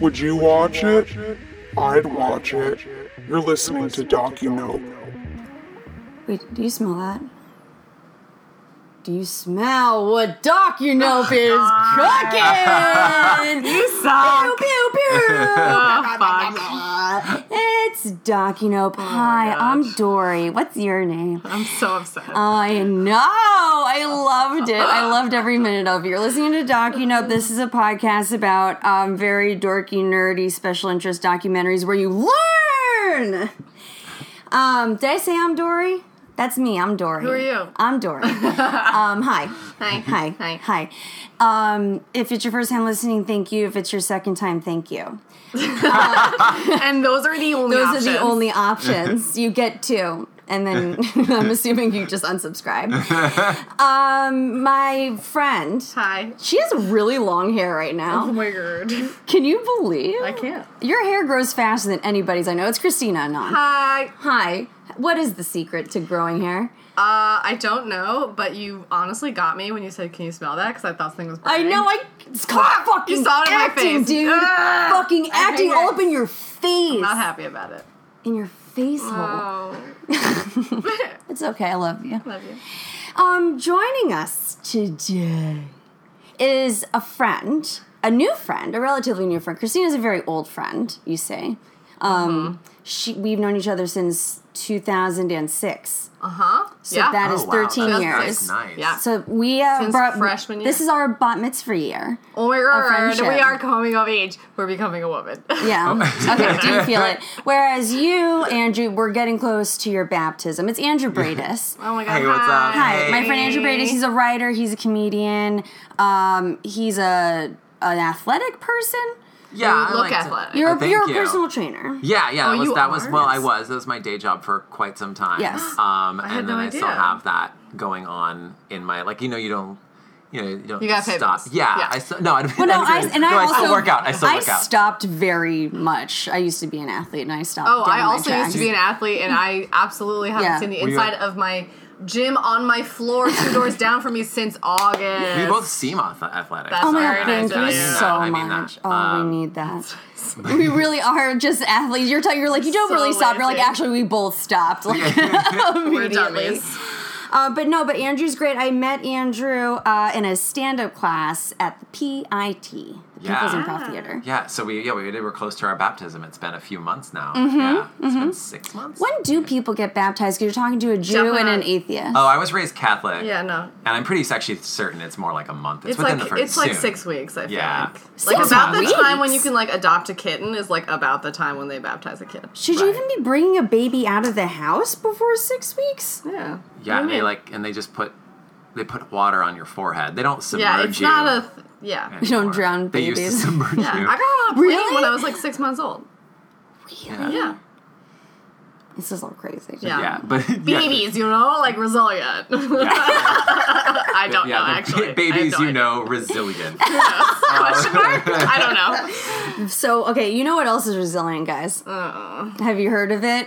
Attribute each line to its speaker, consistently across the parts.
Speaker 1: Would you watch it? I'd watch it. You're listening to DocuNope.
Speaker 2: Wait, do you smell that? Do you smell what Doc you know is
Speaker 3: Oh,
Speaker 2: cooking? you
Speaker 3: suck.
Speaker 2: Pew pew pew.
Speaker 3: Oh, fuck. Oh,
Speaker 2: it's Doc you know. Hi, I'm Dory. What's your name?
Speaker 3: I'm so upset.
Speaker 2: I know. I loved it. I loved every minute of it. You're listening to DocuNope. This is a podcast about um, very dorky, nerdy, special interest documentaries where you learn. Um, did I say I'm Dory? That's me. I'm Dory. Who
Speaker 3: are you?
Speaker 2: I'm Dory. um, hi.
Speaker 3: Hi.
Speaker 2: Hi.
Speaker 3: Hi.
Speaker 2: Hi. Um, if it's your first time listening, thank you. If it's your second time, thank you.
Speaker 3: and those are the only
Speaker 2: Those
Speaker 3: options.
Speaker 2: are the only options. you get two. And then I'm assuming you just unsubscribe. um, my friend,
Speaker 3: Hi.
Speaker 2: she has really long hair right
Speaker 3: Oh
Speaker 2: now.
Speaker 3: my god.
Speaker 2: Can you believe?
Speaker 3: I can't.
Speaker 2: Your hair grows faster than anybody's I know. It's Christina Anon.
Speaker 3: Hi. Uh,
Speaker 2: Hi. What is the secret to growing hair?
Speaker 3: Uh, I don't know, but you honestly got me when you said, "Can you smell that?" Because I thought something was.
Speaker 2: I
Speaker 3: Burning.
Speaker 2: know I it's called
Speaker 3: Ah, you
Speaker 2: fucking
Speaker 3: saw it in my
Speaker 2: acting,
Speaker 3: face.
Speaker 2: dude.
Speaker 3: Ah,
Speaker 2: fucking
Speaker 3: I hate
Speaker 2: acting all
Speaker 3: it.
Speaker 2: up in your face.
Speaker 3: Not happy about it.
Speaker 2: in your face hole.
Speaker 3: Oh,
Speaker 2: It's okay. I love you.
Speaker 3: love you.
Speaker 2: Um, joining us today is a friend, a new friend, a relatively new friend. Christina's a very old friend, you say. Um, she, we've known each other since 2006.
Speaker 3: Uh huh.
Speaker 2: So
Speaker 3: yeah.
Speaker 2: that is
Speaker 4: Oh, wow,
Speaker 2: 13
Speaker 4: that's
Speaker 2: years.
Speaker 4: nice.
Speaker 3: Yeah.
Speaker 2: So we uh,
Speaker 3: Since
Speaker 2: brought
Speaker 3: freshman year.
Speaker 2: This is our bat mitzvah year.
Speaker 3: oh my god.
Speaker 2: friendship.
Speaker 3: We are coming of age. We're becoming a woman.
Speaker 2: Yeah. okay. Do you feel it? Whereas you, Andrew, we're getting close to your baptism. It's Andrew Bradis.
Speaker 3: Oh my god.
Speaker 4: Hey, what's up?
Speaker 2: Hi, my
Speaker 4: Hey.
Speaker 2: friend Andrew Bradis. He's a writer. He's a comedian. Um, he's a an athletic person.
Speaker 4: Yeah, I
Speaker 3: look
Speaker 4: liked it.
Speaker 3: athletic.
Speaker 2: You're,
Speaker 4: Oh, Thank
Speaker 2: you're a
Speaker 4: you.
Speaker 2: personal trainer.
Speaker 4: Yeah, yeah,
Speaker 3: Oh,
Speaker 4: that was
Speaker 3: you
Speaker 4: that was
Speaker 3: are?
Speaker 4: well, I was. That was my day job for quite some time.
Speaker 2: Yes.
Speaker 4: Um,
Speaker 3: had
Speaker 4: and then
Speaker 3: no
Speaker 4: I still
Speaker 3: idea.
Speaker 4: have that going on in my like you know you don't you know you don't
Speaker 3: You gotta pay
Speaker 4: stop.
Speaker 3: bills.
Speaker 4: Yeah,
Speaker 3: Yeah.
Speaker 4: I still no, I,
Speaker 2: Well, no, I, and I,
Speaker 4: no,
Speaker 2: also
Speaker 4: I still work out. I still work out.
Speaker 2: stopped very much. I used to be an athlete, and I stopped.
Speaker 3: Oh,
Speaker 2: down
Speaker 3: I
Speaker 2: my
Speaker 3: also used
Speaker 2: tracks.
Speaker 3: to be an athlete, and I absolutely haven't
Speaker 2: Yeah.
Speaker 3: seen the
Speaker 4: Were you
Speaker 3: inside
Speaker 4: a-
Speaker 3: of my gym on my floor, two doors down from me, since August.
Speaker 4: We both seem ath- athletic.
Speaker 3: That's
Speaker 2: Oh my
Speaker 3: Sorry,
Speaker 2: god!
Speaker 3: I
Speaker 2: Thank
Speaker 3: did
Speaker 2: you
Speaker 3: that.
Speaker 2: so
Speaker 4: I mean that.
Speaker 2: much. Oh,
Speaker 4: Um,
Speaker 2: we need that. we really are just athletes. You're t- you're like you don't
Speaker 3: So
Speaker 2: really stop. You're like
Speaker 3: lazy.
Speaker 2: actually we both stopped like
Speaker 3: We're
Speaker 2: immediately.
Speaker 3: dummies.
Speaker 2: Uh, but no, but Andrew's great. I met Andrew uh, in a stand-up class at the PIT, the People's
Speaker 4: Yeah.
Speaker 2: Improv Theater.
Speaker 4: Yeah, so we yeah we did, we're close to our baptism. It's been a few months now. Yeah, it's been six months.
Speaker 2: Mm-hmm, When do people get baptized? Because you're talking to a Jew
Speaker 3: Definitely
Speaker 2: and an
Speaker 3: not-
Speaker 2: atheist.
Speaker 4: Oh, I was raised Catholic.
Speaker 3: Yeah, no.
Speaker 4: and I'm pretty actually certain it's more like a month. It's,
Speaker 3: It's
Speaker 4: within
Speaker 3: like
Speaker 4: the first.
Speaker 3: it's like
Speaker 4: soon.
Speaker 3: six weeks. I feel
Speaker 4: Yeah.
Speaker 3: like like
Speaker 2: Six
Speaker 3: about
Speaker 2: weeks?
Speaker 3: the time when you can like adopt a kitten is like about the time when they baptize a kid.
Speaker 2: Should you
Speaker 4: Right.
Speaker 2: even be bringing a baby out of the house before six weeks?
Speaker 3: Yeah,
Speaker 4: Yeah,
Speaker 3: What
Speaker 4: and
Speaker 3: do you
Speaker 4: they
Speaker 3: mean?
Speaker 4: like and they just put they put water on your forehead. They don't submerge
Speaker 3: yeah, it's
Speaker 4: you.
Speaker 3: not a th- yeah.
Speaker 4: anymore.
Speaker 2: You don't drown
Speaker 4: They used to
Speaker 2: babies.
Speaker 4: submerge
Speaker 3: Yeah,
Speaker 4: you.
Speaker 3: I got on a plane
Speaker 2: Really?
Speaker 3: when I was like six months old.
Speaker 4: yeah.
Speaker 3: Yeah,
Speaker 2: This is all crazy.
Speaker 3: Yeah.
Speaker 4: Yeah, but yeah,
Speaker 3: babies, you know, like resilient.
Speaker 4: Yeah,
Speaker 3: I don't
Speaker 4: yeah,
Speaker 3: know
Speaker 4: the
Speaker 3: actually. I have
Speaker 4: babies,
Speaker 3: no
Speaker 4: you
Speaker 3: idea.
Speaker 4: know, resilient.
Speaker 3: Question mark? I don't know.
Speaker 2: So, okay, you know what else is resilient, guys? Have you heard of it?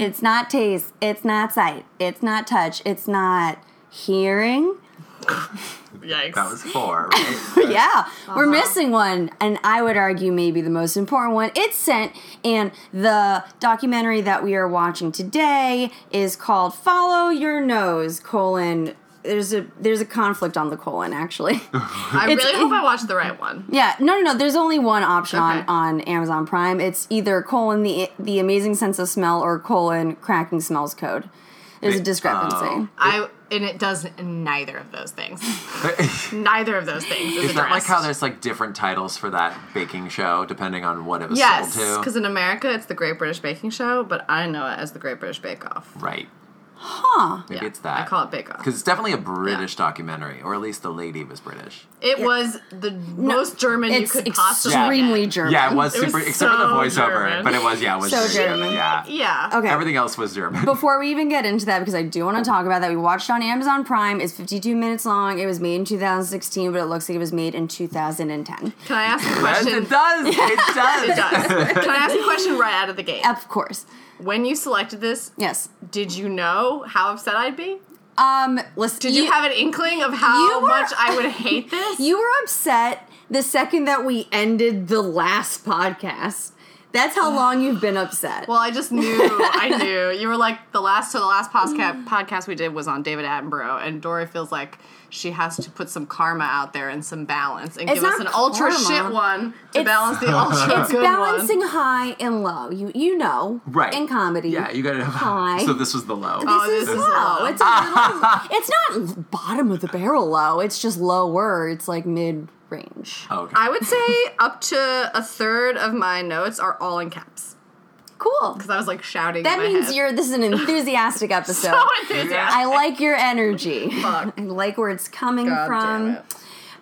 Speaker 2: It's not taste, it's not sight, it's not touch, it's not hearing.
Speaker 3: Yikes.
Speaker 4: That was four. Right?
Speaker 2: yeah, we're missing one, and I would argue maybe the most important one. It's scent, and the documentary that we are watching today is called "Follow Your Nose: colon There's a there's a conflict on the colon actually.
Speaker 3: I
Speaker 2: It's-
Speaker 3: really hope I watched the right one.
Speaker 2: yeah, no, no, no. There's only one option
Speaker 3: Okay.
Speaker 2: on on Amazon Prime. It's either colon the the amazing sense of smell or colon cracking smells code. There's a
Speaker 4: They-
Speaker 2: discrepancy.
Speaker 4: oh.
Speaker 3: I and it does neither of those things. neither of those things is,
Speaker 4: Is that like
Speaker 3: addressed.
Speaker 4: how there's like different titles for that baking show depending on what it was
Speaker 3: yes,
Speaker 4: sold
Speaker 3: because
Speaker 4: to?
Speaker 3: in America it's the Great British Baking Show, but I know it as the Great British Bake Off.
Speaker 4: Right.
Speaker 2: Huh.
Speaker 4: Maybe
Speaker 3: Yeah,
Speaker 4: it's that.
Speaker 3: I call it Bake Off.
Speaker 4: Because it's definitely a British documentary, or at least the lady was British.
Speaker 3: It was the most German you
Speaker 2: It's
Speaker 3: could possibly.
Speaker 2: extremely
Speaker 3: get.
Speaker 2: German.
Speaker 4: Yeah, it was
Speaker 3: It was
Speaker 4: super, except for the
Speaker 3: so
Speaker 4: voiceover.
Speaker 3: German.
Speaker 4: But it was, yeah, it was
Speaker 2: So
Speaker 4: very
Speaker 2: German.
Speaker 4: Yeah.
Speaker 3: Yeah.
Speaker 2: Okay.
Speaker 4: Everything else was German.
Speaker 2: before we even get into that, because I do want
Speaker 3: Oh.
Speaker 2: to talk about that, we watched on Amazon Prime. It's 52 minutes long. It was made in 2016, but it looks like it was made in 2010.
Speaker 3: Can I ask a
Speaker 4: Yes,
Speaker 3: question?
Speaker 4: it does. It does.
Speaker 3: It does. Can I ask a question right out of the gate?
Speaker 2: Of course.
Speaker 3: When you selected this,
Speaker 2: Yes.
Speaker 3: did you know how upset I'd be?
Speaker 2: Um, listen,
Speaker 3: Did you, have an inkling of how
Speaker 2: You were-
Speaker 3: much I would hate this?
Speaker 2: You were upset the second that we ended the last podcast. That's how long you've been upset.
Speaker 3: Well, I just knew. I knew. You were like the last. So the last
Speaker 2: Mm.
Speaker 3: podcast podcast we did was on David Attenborough, and Dora feels like she has to put some karma out there and some balance, and
Speaker 2: It's
Speaker 3: give us
Speaker 2: not
Speaker 3: an ultra
Speaker 2: karma.
Speaker 3: shit one to
Speaker 2: It's-
Speaker 3: balance the ultra
Speaker 2: it's
Speaker 3: good
Speaker 2: balancing
Speaker 3: one.
Speaker 2: high and low. You you know,
Speaker 4: Right.
Speaker 2: In comedy,
Speaker 4: Yeah, you gotta
Speaker 2: Hi.
Speaker 4: So this was the low.
Speaker 2: This
Speaker 3: Oh,
Speaker 2: is
Speaker 3: this is
Speaker 2: low.
Speaker 3: low.
Speaker 2: It's a little, it's not bottom of the barrel low. It's just lower. It's like mid range.
Speaker 4: Oh, okay.
Speaker 3: I would say up to a third of my notes are all in caps
Speaker 2: Cool.
Speaker 3: because I was like shouting.
Speaker 2: That
Speaker 3: in my
Speaker 2: means
Speaker 3: head.
Speaker 2: you're. This is an enthusiastic episode.
Speaker 3: so enthusiastic.
Speaker 2: I like your energy.
Speaker 3: Fuck.
Speaker 2: I like where it's coming
Speaker 3: God
Speaker 2: from.
Speaker 3: damn it.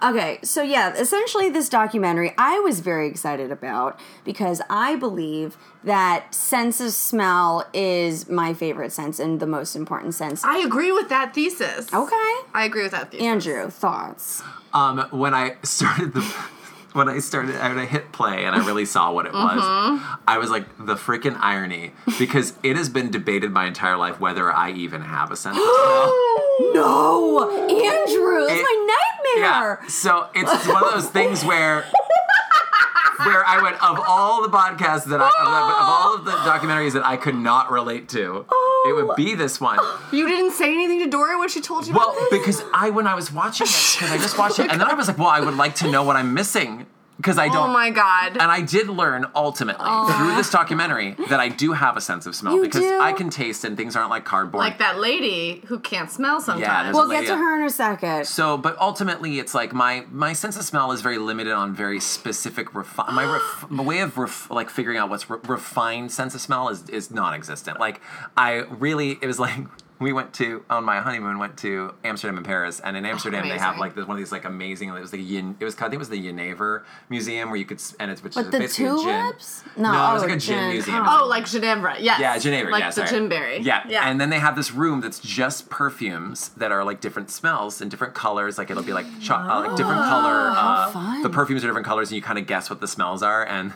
Speaker 2: Okay, so yeah, essentially this documentary I was very excited about because I believe that sense of smell is my favorite sense and the most important sense.
Speaker 3: I agree with that thesis.
Speaker 2: Okay.
Speaker 3: I agree with that thesis.
Speaker 2: Andrew, thoughts?
Speaker 4: um, when I started the when I started when I hit play and I really saw what it was, I was like the freaking irony because it has been debated my entire life whether I even have a sense of smell.
Speaker 2: No, Andrew, that's
Speaker 4: It-
Speaker 2: my nightmare.
Speaker 4: Yeah. So it's one of those things where where I went of all the podcasts that I of, the- of all of the documentaries that I could not relate to, it would be this one.
Speaker 3: You didn't say anything to Dora when she told you
Speaker 4: Well,
Speaker 3: about this?
Speaker 4: because I when I was watching it, because I just watched it, and then I was like, well, I would like to know what I'm missing because I
Speaker 3: Oh
Speaker 4: don't.
Speaker 3: my god.
Speaker 4: and I did learn ultimately through this documentary that I do have a sense of smell
Speaker 2: You
Speaker 4: because
Speaker 2: do?
Speaker 4: I can taste and things aren't like cardboard.
Speaker 3: like that lady who can't smell sometimes.
Speaker 4: there's a
Speaker 2: We'll
Speaker 4: lady-
Speaker 2: get to her in a second.
Speaker 4: So, but ultimately, it's like my my sense of smell is very limited on very specific refi- my, ref- my way of ref- like figuring out what's re- refined sense of smell is is non-existent. Like I really, it was like we went to on my honeymoon went to Amsterdam and Paris, and
Speaker 2: Oh,
Speaker 4: in Amsterdam they have
Speaker 3: amazing.
Speaker 4: like this, one of these like amazing. It was the Yen- it was called- I think it was the Yenever Museum where you could s- and it's which is
Speaker 2: the
Speaker 4: basically
Speaker 2: tulips?
Speaker 4: a gin.
Speaker 2: No,
Speaker 4: no, it was
Speaker 2: oh,
Speaker 4: like a gin,
Speaker 2: gin.
Speaker 4: museum.
Speaker 3: oh, like Ginevra. Yes.
Speaker 4: Yeah, Geneva.
Speaker 3: Like
Speaker 4: yeah,
Speaker 3: the
Speaker 4: sorry.
Speaker 3: Ginberry.
Speaker 4: Yeah.
Speaker 3: Yeah.
Speaker 4: And then they have this room that's just perfumes that are like different smells and different colors. Like it'll be like cho- uh, like
Speaker 3: Oh,
Speaker 4: different color. Uh,
Speaker 2: fun.
Speaker 4: The perfumes are different colors, and you kind of guess what the smells are. And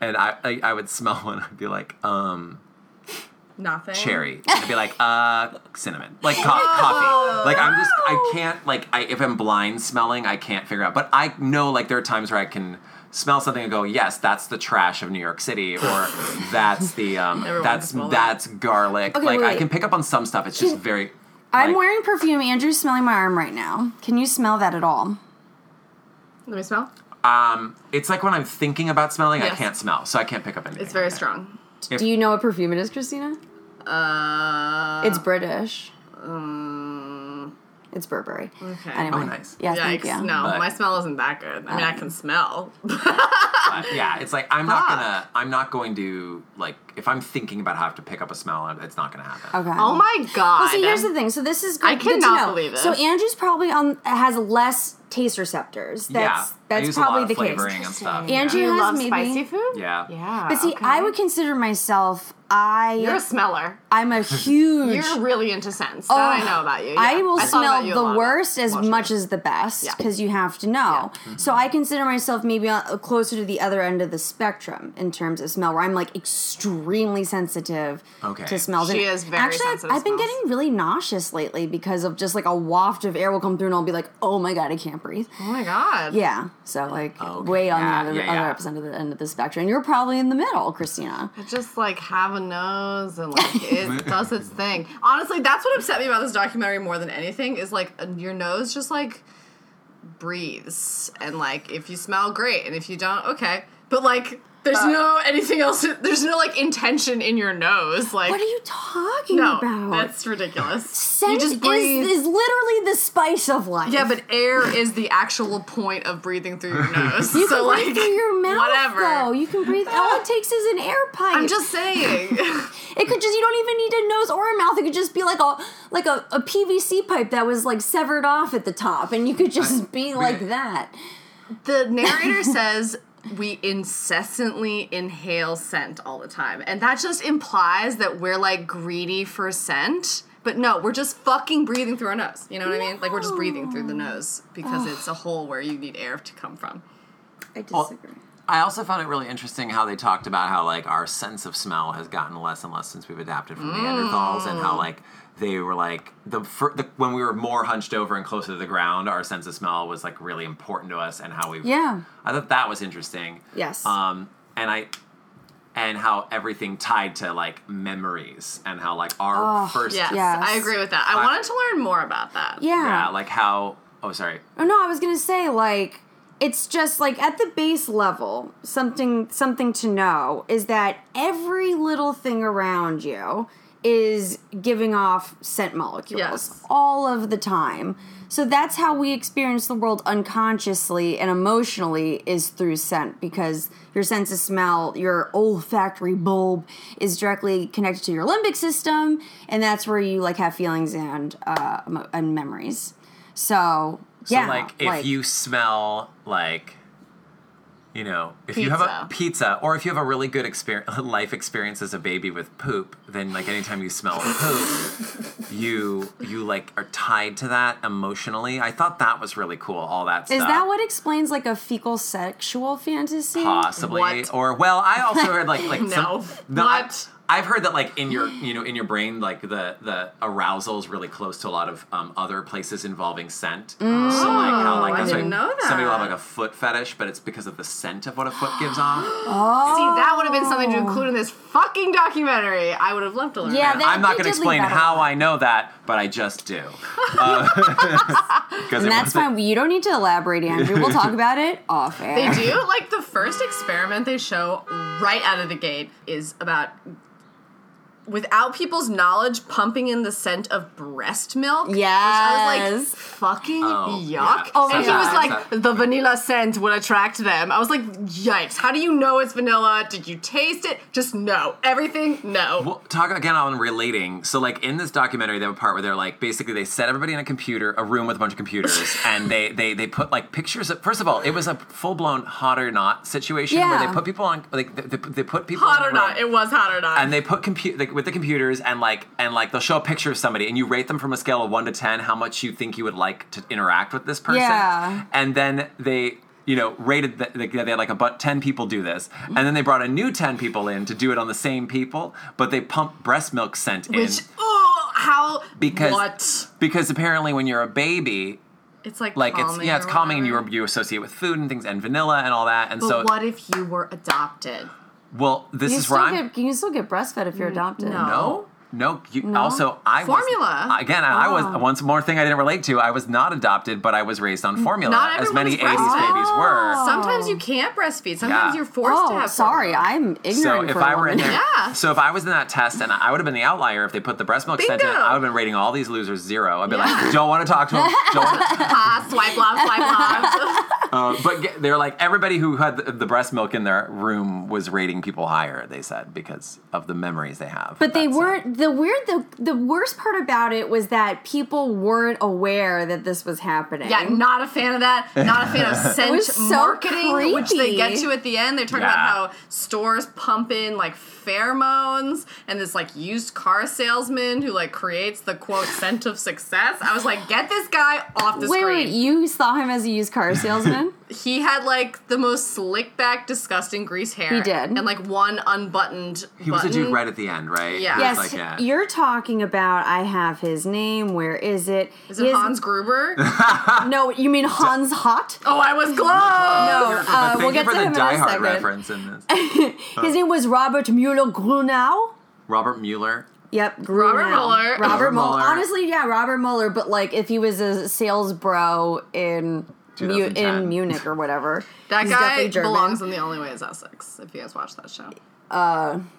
Speaker 4: and I I, I would smell one. I'd be like um
Speaker 3: nothing.
Speaker 4: cherry. And I'd be like uh cinnamon. Like co- coffee. Like I'm just
Speaker 3: Oh.
Speaker 4: I can't like I if I'm blind smelling I can't figure out. But I know like there are times where I can. Smell something and go, yes, that's the trash of New York City, or that's the um,
Speaker 3: Everyone
Speaker 4: that's
Speaker 3: can smell that.
Speaker 4: that's garlic.
Speaker 2: Okay,
Speaker 4: like
Speaker 2: wait,
Speaker 4: I
Speaker 2: wait.
Speaker 4: can pick up on some stuff. It's just very.
Speaker 2: I'm
Speaker 4: like-
Speaker 2: wearing perfume. Andrew's smelling my arm right now. Can you smell that at all?
Speaker 3: Let me smell.
Speaker 4: Um, it's like when I'm thinking about smelling, I
Speaker 3: Yes.
Speaker 4: can't smell, so I can't pick up anything.
Speaker 3: It's very strong.
Speaker 2: Do you know what perfume it is, Christina?
Speaker 3: Uh,
Speaker 2: It's British.
Speaker 3: um,
Speaker 2: It's Burberry.
Speaker 3: Okay.
Speaker 2: Anyway.
Speaker 4: Oh, nice.
Speaker 2: Yeah, thank you.
Speaker 3: yikes. No,
Speaker 4: But-
Speaker 3: my smell isn't that good. I mean, I can smell.
Speaker 4: But, yeah, it's like I'm not
Speaker 3: Fuck.
Speaker 4: gonna. I'm not going to like if I'm thinking about how I have to pick up a smell, it's not gonna happen.
Speaker 2: Okay.
Speaker 3: oh my god.
Speaker 2: Well, see, here's the thing. So this is good.
Speaker 3: I
Speaker 2: good to
Speaker 3: cannot
Speaker 2: know.
Speaker 3: believe this.
Speaker 2: So Andrew's probably on has less taste receptors. That's
Speaker 4: yeah,
Speaker 2: that's
Speaker 4: I use
Speaker 2: probably
Speaker 4: a lot
Speaker 2: the
Speaker 4: of flavoring
Speaker 2: case.
Speaker 4: and stuff.
Speaker 2: And
Speaker 3: Do
Speaker 2: you
Speaker 3: you
Speaker 2: has
Speaker 3: love
Speaker 2: maybe-
Speaker 3: spicy food?
Speaker 4: yeah,
Speaker 3: Yeah.
Speaker 2: But see,
Speaker 3: okay.
Speaker 2: I would consider myself I
Speaker 3: You're a smeller.
Speaker 2: I'm a huge
Speaker 3: You're really into scents. That I know about you. Yeah.
Speaker 2: Oh, I will
Speaker 3: thought
Speaker 2: smell
Speaker 3: about you a lot
Speaker 2: the
Speaker 3: about
Speaker 2: worst as
Speaker 3: watching
Speaker 2: much
Speaker 3: it.
Speaker 2: as the best
Speaker 3: Yeah.
Speaker 2: because you have to know. So I consider myself maybe on, uh, closer to the other end of the spectrum in terms of smell, where I'm like extremely sensitive
Speaker 4: Okay.
Speaker 2: to smells.
Speaker 3: She
Speaker 2: And
Speaker 3: is very
Speaker 2: actually, I've-
Speaker 3: sensitive
Speaker 2: I've been
Speaker 3: smells.
Speaker 2: getting really nauseous lately because of just like a waft of air will come through and I'll be like, oh my god, I can't breathe.
Speaker 3: Oh my god.
Speaker 2: Yeah, so like
Speaker 4: okay.
Speaker 2: way on
Speaker 4: Yeah,
Speaker 2: the other,
Speaker 4: yeah, yeah.
Speaker 2: other end of the end of the spectrum. You're probably in the middle, Christina.
Speaker 3: just like have a nose and like it does its thing. Honestly, that's what upset me about this documentary more than anything is like uh, your nose just like breathes and like if you smell great and if you don't okay, but like there's no anything else. There's no like intention in your nose. Like
Speaker 2: What are you talking
Speaker 3: no,
Speaker 2: about?
Speaker 3: that's ridiculous.
Speaker 2: Scent
Speaker 3: you
Speaker 2: is,
Speaker 3: just breathe.
Speaker 2: is literally the spice of life.
Speaker 3: yeah, but air is the actual point of breathing through your nose.
Speaker 2: You
Speaker 3: so
Speaker 2: can breathe
Speaker 3: like
Speaker 2: through your mouth,
Speaker 3: whatever.
Speaker 2: though. You can breathe. All it takes is an air pipe.
Speaker 3: I'm just saying.
Speaker 2: It could just. You don't even need a nose or a mouth. It could just be like a like a, a PVC pipe that was like severed off at the top, and you could just be like that.
Speaker 3: The narrator says we incessantly inhale scent all the time. And that just implies that we're like greedy for scent. But no, we're just fucking breathing through our nose. You know what I mean? Like we're just breathing through the nose because it's a hole where you need air to come from.
Speaker 2: I disagree.
Speaker 4: I also found it really interesting how they talked about how like our sense of smell has gotten less and less since we've adapted from Neanderthals, and
Speaker 2: Mm.
Speaker 4: how like they were like the, fir- the when we were more hunched over and closer to the ground, our sense of smell was like really important to us, and how we
Speaker 2: Yeah.
Speaker 4: I thought that was interesting.
Speaker 2: Yes.
Speaker 4: Um, and I and how everything tied to like memories and how like our first
Speaker 3: Yes,
Speaker 2: Yes.
Speaker 3: I agree with that. I, wanted to learn more about that.
Speaker 4: yeah like how oh sorry
Speaker 2: Oh no, I was gonna say like it's just like at the base level, something something to know is that every little thing around you is giving off scent molecules
Speaker 3: Yes.
Speaker 2: all of the time. So that's how we experience the world unconsciously and emotionally is through scent because your sense of smell, your olfactory bulb is directly connected to your limbic system and that's where you like have feelings and uh, emo- and memories. So,
Speaker 4: so
Speaker 2: yeah,
Speaker 4: like if you smell like you know if you have a
Speaker 3: Pizza.
Speaker 4: pizza or if you have a really good experience life experience as a baby with poop then like anytime you smell poop you you like are tied to that emotionally i thought that was really cool all that
Speaker 2: Is
Speaker 4: stuff
Speaker 2: that what explains like a fecal sexual fantasy?
Speaker 4: possibly
Speaker 3: What?
Speaker 4: or well i also heard like like
Speaker 3: No.
Speaker 4: some, no I-
Speaker 3: What?
Speaker 4: I've heard that like in your you know in your brain like the the arousal is really close to a lot of um, other places involving scent. So like how like
Speaker 3: Oh, I
Speaker 4: that's
Speaker 3: didn't
Speaker 4: why
Speaker 3: know that.
Speaker 4: somebody will have like a foot fetish, but it's because of the scent of what a foot gives off.
Speaker 3: See, that would have been something to include in this fucking documentary. I would have loved to learn.
Speaker 2: Yeah,
Speaker 3: that.
Speaker 2: they-
Speaker 4: I'm not
Speaker 2: they
Speaker 4: going to
Speaker 2: did leave
Speaker 4: explain
Speaker 2: that
Speaker 4: how
Speaker 2: out.
Speaker 4: I know that, but I just do. Uh, Because
Speaker 2: And that's fine. You don't need to elaborate, Andrew. We'll talk about it off
Speaker 3: They
Speaker 2: air.
Speaker 3: do like the first experiment they show right out of the gate is about without people's knowledge pumping in the scent of breast milk. Which I
Speaker 2: Yes.
Speaker 3: was like, fucking
Speaker 4: Oh,
Speaker 3: yuck.
Speaker 4: yeah. Oh
Speaker 2: my
Speaker 3: and he was
Speaker 2: God.
Speaker 3: like, the vanilla scent would attract them. I was like, yikes. How do you know it's vanilla? Did you taste it? Just no. Everything, no.
Speaker 4: Well, talk again on relating. So, like in this documentary, they have a part where they're like, basically, they set everybody in a computer, a room with a bunch of computers, and they they they put like pictures. Of, first of all, it was a full blown hot or not situation where
Speaker 2: Yeah.
Speaker 4: they put people on, like they, they, they put people in
Speaker 3: hot
Speaker 4: a
Speaker 3: or not.
Speaker 4: room
Speaker 3: It was hot or not.
Speaker 4: and they put compute like, with the computers and like and like they'll show a picture of somebody and you rate them from a scale of one to ten how much you think you would like to interact with this person.
Speaker 2: Yeah.
Speaker 4: And then they you know rated that like, they had like about ten people do this and then they brought a new ten people in to do it on the same people but they pump breast milk scent
Speaker 3: which,
Speaker 4: in
Speaker 3: oh, how,
Speaker 4: because
Speaker 3: what?
Speaker 4: because apparently when you're a baby.
Speaker 3: It's like,
Speaker 4: Like it's yeah, it's
Speaker 3: or
Speaker 4: calming, and
Speaker 3: whatever.
Speaker 4: you you associate with food and things and vanilla and all that, and
Speaker 3: But
Speaker 4: so
Speaker 3: what if you were adopted?
Speaker 4: well, this
Speaker 2: You
Speaker 4: is where
Speaker 2: still
Speaker 4: I'm
Speaker 2: get you can still get breastfed if you're adopted.
Speaker 3: no.
Speaker 4: No, no. You, Also, I
Speaker 3: Formula. Oh.
Speaker 4: was, again. I, I was once more thing I didn't relate to. I was not adopted, but I was raised on formula,
Speaker 3: Not
Speaker 4: as
Speaker 3: everyone
Speaker 4: many
Speaker 3: is
Speaker 4: '80s
Speaker 3: breastfed.
Speaker 4: babies were.
Speaker 3: Sometimes you can't breastfeed. Sometimes
Speaker 4: Yeah.
Speaker 3: you're forced to
Speaker 2: Oh,
Speaker 3: have.
Speaker 2: sorry,
Speaker 3: formula.
Speaker 2: I'm ignorant.
Speaker 4: So if
Speaker 2: for a
Speaker 4: I were in
Speaker 2: woman.
Speaker 4: there,
Speaker 3: Yeah.
Speaker 4: so if I was in that test and I would have been the outlier if they put the breast milk scent in,
Speaker 3: Bingo.
Speaker 4: I would have been rating all these losers zero. I'd be
Speaker 3: Yeah.
Speaker 4: like, don't want to talk to them. Don't wanna-
Speaker 3: Ah, swipe left, swipe left.
Speaker 4: uh, but ge- they were like everybody who had the, the breast milk in their room was rating people higher. They said because of the memories they have.
Speaker 2: But they
Speaker 4: That's- uh,
Speaker 2: weren't the weird the the worst part about it was that people weren't aware that this was happening.
Speaker 3: yeah, not a fan of that. Not a fan of scent
Speaker 2: was so
Speaker 3: marketing, which they get
Speaker 2: creepy.
Speaker 3: to at the end. They're talking
Speaker 4: Yeah.
Speaker 3: about how stores pump in like pheromones and this like used car salesman who like creates the quote scent of success. I was like, get this guy off the
Speaker 2: Wait,
Speaker 3: screen.
Speaker 2: wait, you saw him as a used car salesman?
Speaker 3: he had like the most slick back, disgusting grease hair.
Speaker 2: He did.
Speaker 3: and like one unbuttoned.
Speaker 4: He was a dude right at the end, right?
Speaker 3: Yeah.
Speaker 4: He was
Speaker 2: yes,
Speaker 4: like, yeah.
Speaker 2: you're talking about. I have his name. Where is it?
Speaker 3: Is it
Speaker 2: His-
Speaker 3: Hans Gruber?
Speaker 2: No, you mean Hans Hot?
Speaker 3: oh, I was close.
Speaker 2: No, uh, we'll
Speaker 4: But thank you
Speaker 2: get
Speaker 4: for
Speaker 2: to
Speaker 4: the
Speaker 2: him in
Speaker 4: Die
Speaker 2: a
Speaker 4: Hard
Speaker 2: second.
Speaker 4: reference in this.
Speaker 2: His name was Robert Mueller Grunau.
Speaker 4: Robert Mueller.
Speaker 2: Yep, Grunau.
Speaker 3: Robert Mueller.
Speaker 2: Robert,
Speaker 3: Robert
Speaker 2: Mueller.
Speaker 4: Mueller.
Speaker 2: Honestly, yeah, Robert Mueller. But like, if he was a sales bro in Mu-
Speaker 4: 2010.
Speaker 2: in Munich or whatever,
Speaker 3: That
Speaker 2: he's
Speaker 3: guy
Speaker 2: definitely German.
Speaker 3: belongs in The Only Way is Essex, if you guys watch that show.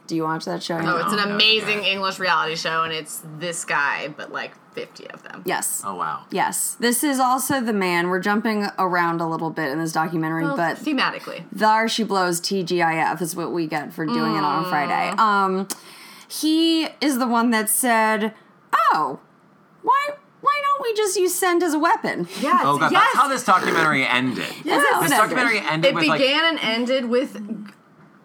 Speaker 2: Do you watch that show?
Speaker 3: Oh, it's an
Speaker 4: no,
Speaker 3: amazing
Speaker 4: yeah.
Speaker 3: English reality show, and it's this guy, but like 50 of them.
Speaker 2: Yes.
Speaker 4: Oh wow.
Speaker 2: Yes. This is also the man. We're jumping around a little bit in this documentary,
Speaker 3: Well,
Speaker 2: but
Speaker 3: thematically.
Speaker 2: There she blows TGIF is what we get for doing it on a Friday.
Speaker 3: Mm.
Speaker 2: Um, he is the one that said, "Oh, why why don't we just use send as a weapon?"
Speaker 3: Yes.
Speaker 4: Oh god,
Speaker 3: yes.
Speaker 4: that's how this documentary ended.
Speaker 2: That's how
Speaker 4: This
Speaker 2: it ended.
Speaker 4: documentary ended
Speaker 3: it
Speaker 4: with
Speaker 3: began
Speaker 4: like
Speaker 3: and ended with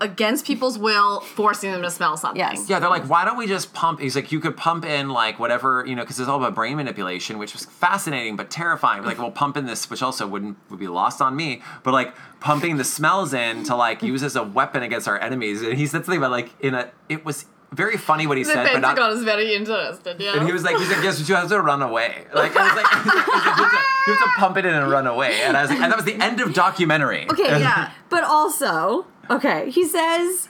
Speaker 3: against people's will, forcing them to smell something.
Speaker 2: Yes.
Speaker 4: Yeah, they're like, why don't we just pump? He's like, you could pump in like whatever, you know, because it's all about brain manipulation, which was fascinating but terrifying. Like, we'll pump in this, which also wouldn't would be lost on me, but like pumping the smells in to like use as a weapon against our enemies. And he said something about like in a, it was very funny what he
Speaker 3: The
Speaker 4: said, but not.
Speaker 3: Pentagon is very interested. Yeah.
Speaker 4: And he was like, he's like, yes, but you have to run away. Like, I was like, you have to, you have to pump it in and run away. And I was like, and that was the end of documentary.
Speaker 2: Okay,
Speaker 3: Yeah.
Speaker 2: But also, okay, he says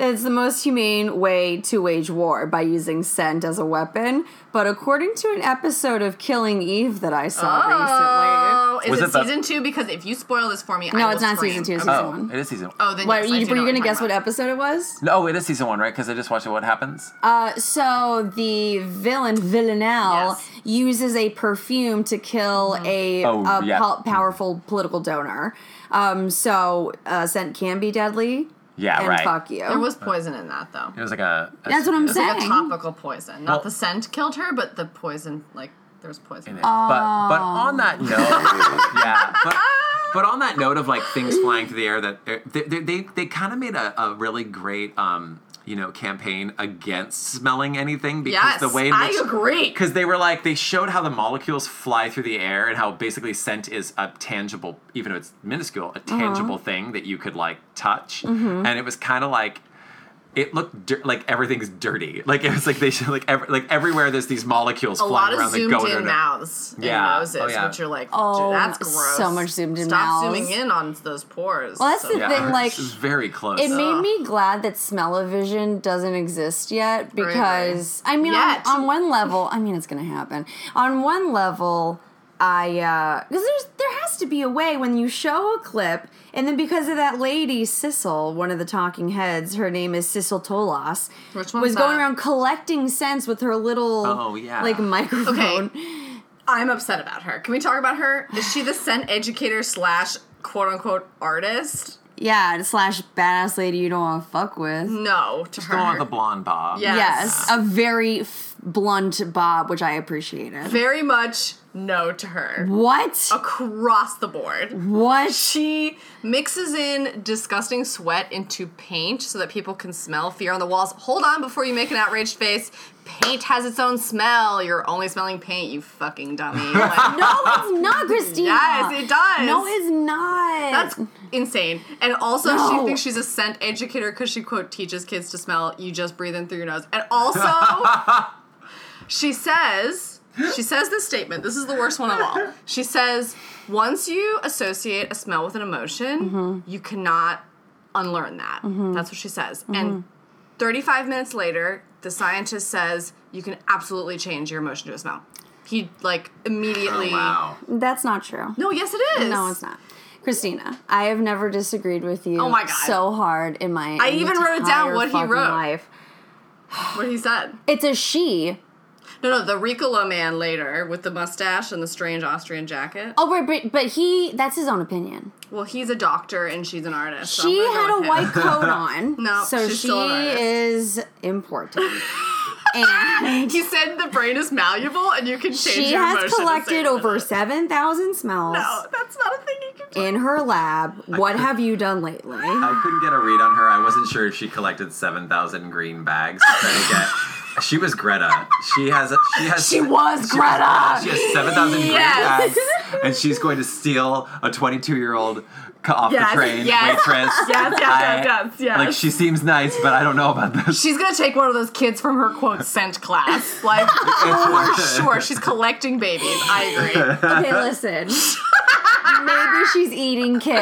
Speaker 2: it's the most humane way to wage war by using scent as a weapon. But according to an episode of Killing Eve that I saw recently,
Speaker 3: Oh, is
Speaker 4: Was
Speaker 3: it,
Speaker 4: it the-
Speaker 3: season two? Because if you spoil this for me, I
Speaker 2: no,
Speaker 3: will
Speaker 2: it's not
Speaker 3: scream.
Speaker 2: season two, it's
Speaker 3: Okay.
Speaker 2: season
Speaker 4: Oh,
Speaker 2: one.
Speaker 4: it is season.
Speaker 3: Oh, then
Speaker 2: What,
Speaker 3: yes,
Speaker 2: you, were
Speaker 3: I do
Speaker 2: you
Speaker 3: know what
Speaker 2: going to
Speaker 3: you're
Speaker 2: guess
Speaker 3: talking
Speaker 2: what
Speaker 3: about.
Speaker 2: episode it was?
Speaker 4: No, it is season one, right? Because I just watched What Happens.
Speaker 2: Uh, so the villain Villanelle
Speaker 3: Yes. Mm-hmm.
Speaker 2: uses a perfume to kill a,
Speaker 4: Oh,
Speaker 2: a
Speaker 4: yeah.
Speaker 2: po- powerful political donor. Um, so uh, scent can be deadly.
Speaker 4: Yeah,
Speaker 2: and
Speaker 4: right.
Speaker 2: Fuck you.
Speaker 3: There was poison in that though.
Speaker 4: It was like a. a-
Speaker 2: That's what I'm
Speaker 4: a-
Speaker 2: saying.
Speaker 3: Like a topical poison. Not
Speaker 4: Well-
Speaker 3: the scent killed her, but the poison, like, there was poison.
Speaker 4: in it. But but on
Speaker 2: Oh.
Speaker 4: that note, yeah. But, but on that note of like things flying through the air, that eh, they they, they, they kind of made a, a really great um you know campaign against smelling anything because
Speaker 3: Yes,
Speaker 4: the way in
Speaker 3: I
Speaker 4: which,
Speaker 3: agree.
Speaker 4: because they were like they showed how the molecules fly through the air and how basically scent is a tangible even if it's minuscule
Speaker 2: Uh-huh.
Speaker 4: a tangible thing that you could like touch
Speaker 2: Mm-hmm.
Speaker 4: and it was kind of like it looked dir- like everything's dirty like it was like they should like ev- like everywhere there's these molecules
Speaker 3: A lot
Speaker 4: flying
Speaker 3: of
Speaker 4: around that
Speaker 3: zoomed
Speaker 4: go
Speaker 3: in
Speaker 4: to-
Speaker 3: mouths and
Speaker 4: Yeah.
Speaker 3: noses,
Speaker 4: Oh, yeah.
Speaker 3: which you're like,
Speaker 2: Oh,
Speaker 3: "Dude, that's gross.
Speaker 2: so much zoomed in
Speaker 3: Stop
Speaker 2: mouths.
Speaker 3: zooming in on those pores.
Speaker 2: Well, that's
Speaker 3: So-
Speaker 2: the
Speaker 4: yeah,
Speaker 2: thing, like,
Speaker 4: it was very close
Speaker 2: It made me glad that smell-o-vision doesn't exist yet because I mean, on,
Speaker 3: Yet.
Speaker 2: on one level, I mean, it's gonna happen. On one level, I because there's there has to be a way when you show a clip, and then because of that lady Sissel, one of the talking heads, her name is Sissel Tolas,
Speaker 3: Which one's
Speaker 2: was going
Speaker 3: that?
Speaker 2: around collecting scents with her little
Speaker 4: Oh, yeah.
Speaker 2: like microphone.
Speaker 3: I'm upset about her. Can we talk about her? Is she the scent educator slash quote unquote artist?
Speaker 2: Yeah, slash badass lady you don't want to fuck with.
Speaker 3: No, to her.
Speaker 4: Go on "Oh, the blonde bob.
Speaker 3: Yeah.
Speaker 2: Yes,
Speaker 3: Yes.
Speaker 2: a very f- blunt bob, which I appreciated.
Speaker 3: Very much no to her.
Speaker 2: What?
Speaker 3: Across the board.
Speaker 2: What?
Speaker 3: She mixes in disgusting sweat into paint so that people can smell fear on the walls. Hold on before you make an outraged face. Paint has its own smell. You're only smelling paint, you fucking dummy. Like,
Speaker 2: No, it's not, Christina.
Speaker 3: Yes, it does.
Speaker 2: No, it's not.
Speaker 3: That's insane. And also,
Speaker 2: No.
Speaker 3: she thinks she's a scent educator because she, quote, teaches kids to smell, you just breathe in through your nose. And also, she says, she says this statement. This is the worst one of all. She says, once you associate a smell with an emotion,
Speaker 2: Mm-hmm.
Speaker 3: you cannot unlearn that. That's what she says.
Speaker 2: Mm-hmm.
Speaker 3: And 35 minutes later, the scientist says, you can absolutely change your emotion to a smell. He, like, immediately.
Speaker 4: Oh, wow.
Speaker 2: that's not true.
Speaker 3: No, yes, it is.
Speaker 2: No, it's not. Christina, I have never disagreed with you.
Speaker 3: Oh my God.
Speaker 2: So hard in my.
Speaker 3: I even wrote it down
Speaker 2: entire
Speaker 3: what he
Speaker 2: fucking
Speaker 3: wrote.
Speaker 2: Life.
Speaker 3: What he said.
Speaker 2: It's a she.
Speaker 3: No, no, the Ricola man later with the mustache and the strange Austrian jacket.
Speaker 2: Oh, but but, but he. That's his own opinion.
Speaker 3: Well, he's a doctor and she's an artist. so I'm
Speaker 2: she
Speaker 3: gonna go
Speaker 2: had
Speaker 3: with
Speaker 2: a
Speaker 3: him.
Speaker 2: white coat on.
Speaker 3: No,
Speaker 2: so
Speaker 3: she's
Speaker 2: she
Speaker 3: still an artist.
Speaker 2: is important. and
Speaker 3: He said the brain is malleable and you can change.
Speaker 2: she
Speaker 3: your
Speaker 2: has
Speaker 3: emotion
Speaker 2: collected
Speaker 3: and say-
Speaker 2: over seven thousand smells.
Speaker 3: No, that's not a thing you can do.
Speaker 2: in her lab. What have you done lately?
Speaker 4: I couldn't get a read on her. I wasn't sure if she collected seven thousand green bags trying to get. She was Greta. She has. A, she has.
Speaker 3: She was Greta.
Speaker 4: She has seven thousand
Speaker 3: Yes.
Speaker 4: green bags, and she's going to steal a twenty-two-year-old off
Speaker 3: Yes,
Speaker 4: the train
Speaker 3: yes.
Speaker 4: waitress.
Speaker 3: Yes, yes, yes, yes, yes.
Speaker 4: Like she seems nice, but I don't know about this.
Speaker 3: She's gonna take one of those kids from her quote scent class. Like for sure, she's collecting babies. I agree.
Speaker 2: Okay, listen. Maybe she's eating kids.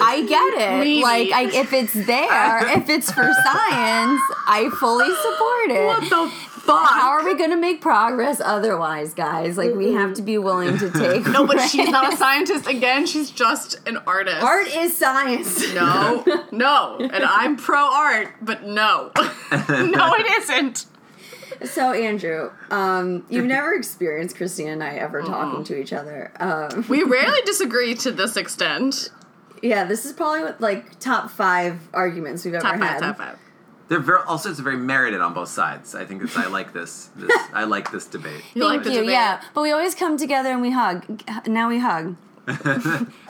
Speaker 2: I get it.
Speaker 3: Maybe.
Speaker 2: Like, I, if it's there, if it's for science, I fully support it.
Speaker 3: What the fuck?
Speaker 2: How are we going to make progress otherwise, guys? Like, we have to be willing to take.
Speaker 3: no, but she's not a scientist again. She's just an artist.
Speaker 2: Art is science.
Speaker 3: No, no. And I'm pro art, but no. no, it isn't.
Speaker 2: So, Andrew, um, you've never experienced Christina and I ever talking to each other. Um,
Speaker 3: We rarely disagree to this extent.
Speaker 2: yeah, this is probably what, like top five arguments we've ever
Speaker 3: Top
Speaker 2: had.
Speaker 3: five, top five.
Speaker 4: They're very, also it's very merited on both sides. I think it's. I like this. this I like this debate.
Speaker 3: You like
Speaker 2: Thank
Speaker 3: the
Speaker 2: you.
Speaker 3: debate?
Speaker 2: Yeah, but we always come together and we hug. Now we hug.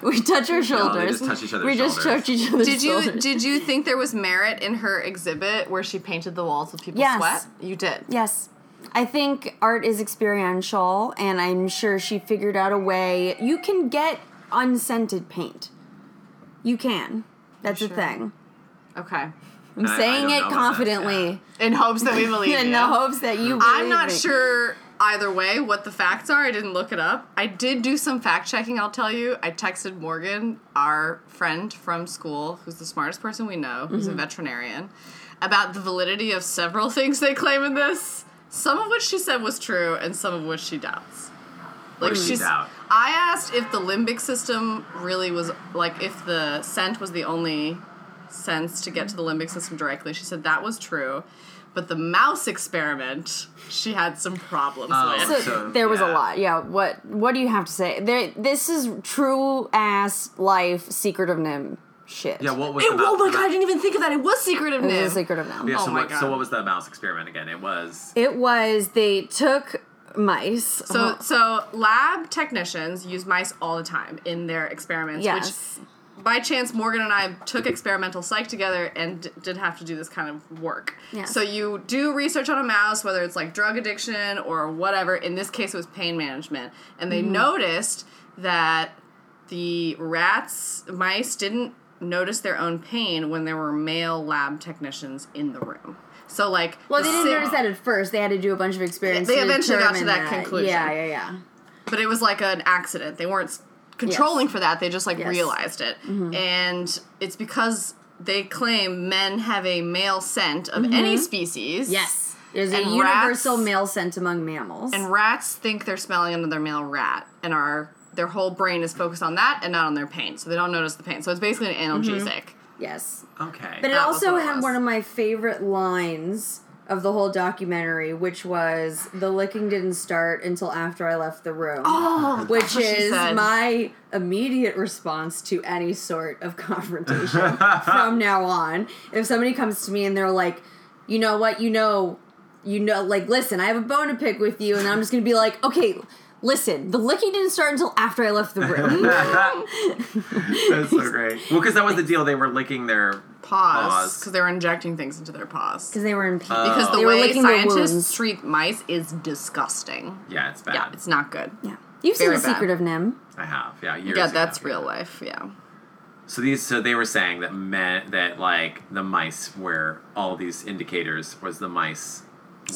Speaker 2: we touch our shoulders.
Speaker 4: just touch each other's
Speaker 2: we just
Speaker 4: shoulders.
Speaker 2: touch each other's
Speaker 3: Did you
Speaker 2: shoulders.
Speaker 3: did you think there was merit in her exhibit where she painted the walls with people's
Speaker 2: Yes.
Speaker 3: sweat? You did.
Speaker 2: Yes. I think art is experiential, and I'm sure she figured out a way. You can get unscented paint. You can. That's a
Speaker 3: sure?
Speaker 2: thing.
Speaker 3: Okay.
Speaker 2: I'm
Speaker 4: I- I
Speaker 2: saying it
Speaker 4: don't know about that,
Speaker 2: confidently
Speaker 3: In hopes that we believe
Speaker 2: in
Speaker 3: you.
Speaker 2: the hopes that you.
Speaker 3: I'm
Speaker 2: believe
Speaker 3: not
Speaker 2: me.
Speaker 3: sure either way what the facts are. I didn't look it up. I did do some fact checking, I'll tell you. I texted Morgan, our friend from school, who's the smartest person we know, who's a veterinarian, about the validity of several things they claim in this, some of which she said was true and some of which she doubts. Like
Speaker 4: does she
Speaker 3: she's
Speaker 4: doubt?
Speaker 3: I asked if the limbic system really was like if the scent was the only sense to get to the limbic system directly. She said that was true, but the mouse experiment, she had some problems
Speaker 4: Oh.
Speaker 3: with.
Speaker 2: So,
Speaker 4: So,
Speaker 2: there was a
Speaker 4: yeah.
Speaker 2: lot. Yeah. What What do you have to say? There, this is true ass life secret of Nim shit.
Speaker 4: Yeah, what was
Speaker 3: It-
Speaker 4: the
Speaker 3: oh
Speaker 4: mouse-
Speaker 3: my god, I didn't even think of that. It was secret of
Speaker 2: This is
Speaker 3: Nim.
Speaker 2: a secret of Nim.
Speaker 4: Yeah,
Speaker 3: Oh
Speaker 4: so,
Speaker 3: my
Speaker 4: what,
Speaker 3: God.
Speaker 4: so what was the mouse experiment again? It was
Speaker 2: It was they took mice.
Speaker 3: so so lab technicians use mice all the time in their experiments,
Speaker 2: yes.
Speaker 3: which by chance Morgan and I took experimental psych together and d- did have to do this kind of work.
Speaker 2: Yes.
Speaker 3: So you do research on a mouse, whether it's like drug addiction or whatever. In this case, it was pain management, and they noticed that the rats mice didn't notice their own pain when there were male lab technicians in the room. So like
Speaker 2: Well,
Speaker 3: the
Speaker 2: they didn't
Speaker 3: sick-
Speaker 2: notice that at first. They had to do a bunch of experiments.
Speaker 3: They
Speaker 2: to
Speaker 3: eventually got to
Speaker 2: determine
Speaker 3: that conclusion.
Speaker 2: Yeah, yeah, yeah.
Speaker 3: but it was like an accident. They weren't s- controlling for that. They just like
Speaker 2: Yes. Mm-hmm.
Speaker 3: realized it, and it's because they claim men have a male scent of any species.
Speaker 2: Mm-hmm. Yes, there's a
Speaker 3: And
Speaker 2: universal
Speaker 3: rats-
Speaker 2: male scent among mammals.
Speaker 3: and rats think they're smelling another male rat, and are their whole brain is focused on that and not on their pain, so they don't notice the pain. So it's basically an analgesic.
Speaker 2: yes,
Speaker 4: okay.
Speaker 2: but it
Speaker 3: That was
Speaker 2: also
Speaker 3: what it
Speaker 2: had
Speaker 3: was.
Speaker 2: one of my favorite lines of the whole documentary, which was the licking didn't start until after I left the room.
Speaker 3: Oh,
Speaker 2: Which
Speaker 3: what she
Speaker 2: is
Speaker 3: said.
Speaker 2: my immediate response to any sort of confrontation from now on. If somebody comes to me and they're like, you know what, you know, you know, like, listen, I have a bone to pick with you, and I'm just gonna be like, okay, listen, the licking didn't start until after I left the room.
Speaker 4: That's so great. Well, because that was the deal. They were licking their
Speaker 3: paws
Speaker 4: paws.
Speaker 3: because they were injecting things into their paws.
Speaker 2: Because they were in pain.
Speaker 3: Because the
Speaker 2: They were
Speaker 3: way
Speaker 2: licking their
Speaker 3: scientists
Speaker 2: wounds.
Speaker 3: treat mice is disgusting.
Speaker 4: Yeah, it's bad.
Speaker 3: Yeah, it's not good.
Speaker 2: yeah. You've seen
Speaker 3: Very
Speaker 2: The
Speaker 3: bad.
Speaker 2: Secret of Nim.
Speaker 4: I have. Yeah, years
Speaker 3: Yeah,
Speaker 4: ago.
Speaker 3: that's real life. Yeah.
Speaker 4: So these, so they were saying that men, that like the mice were all these indicators was the mice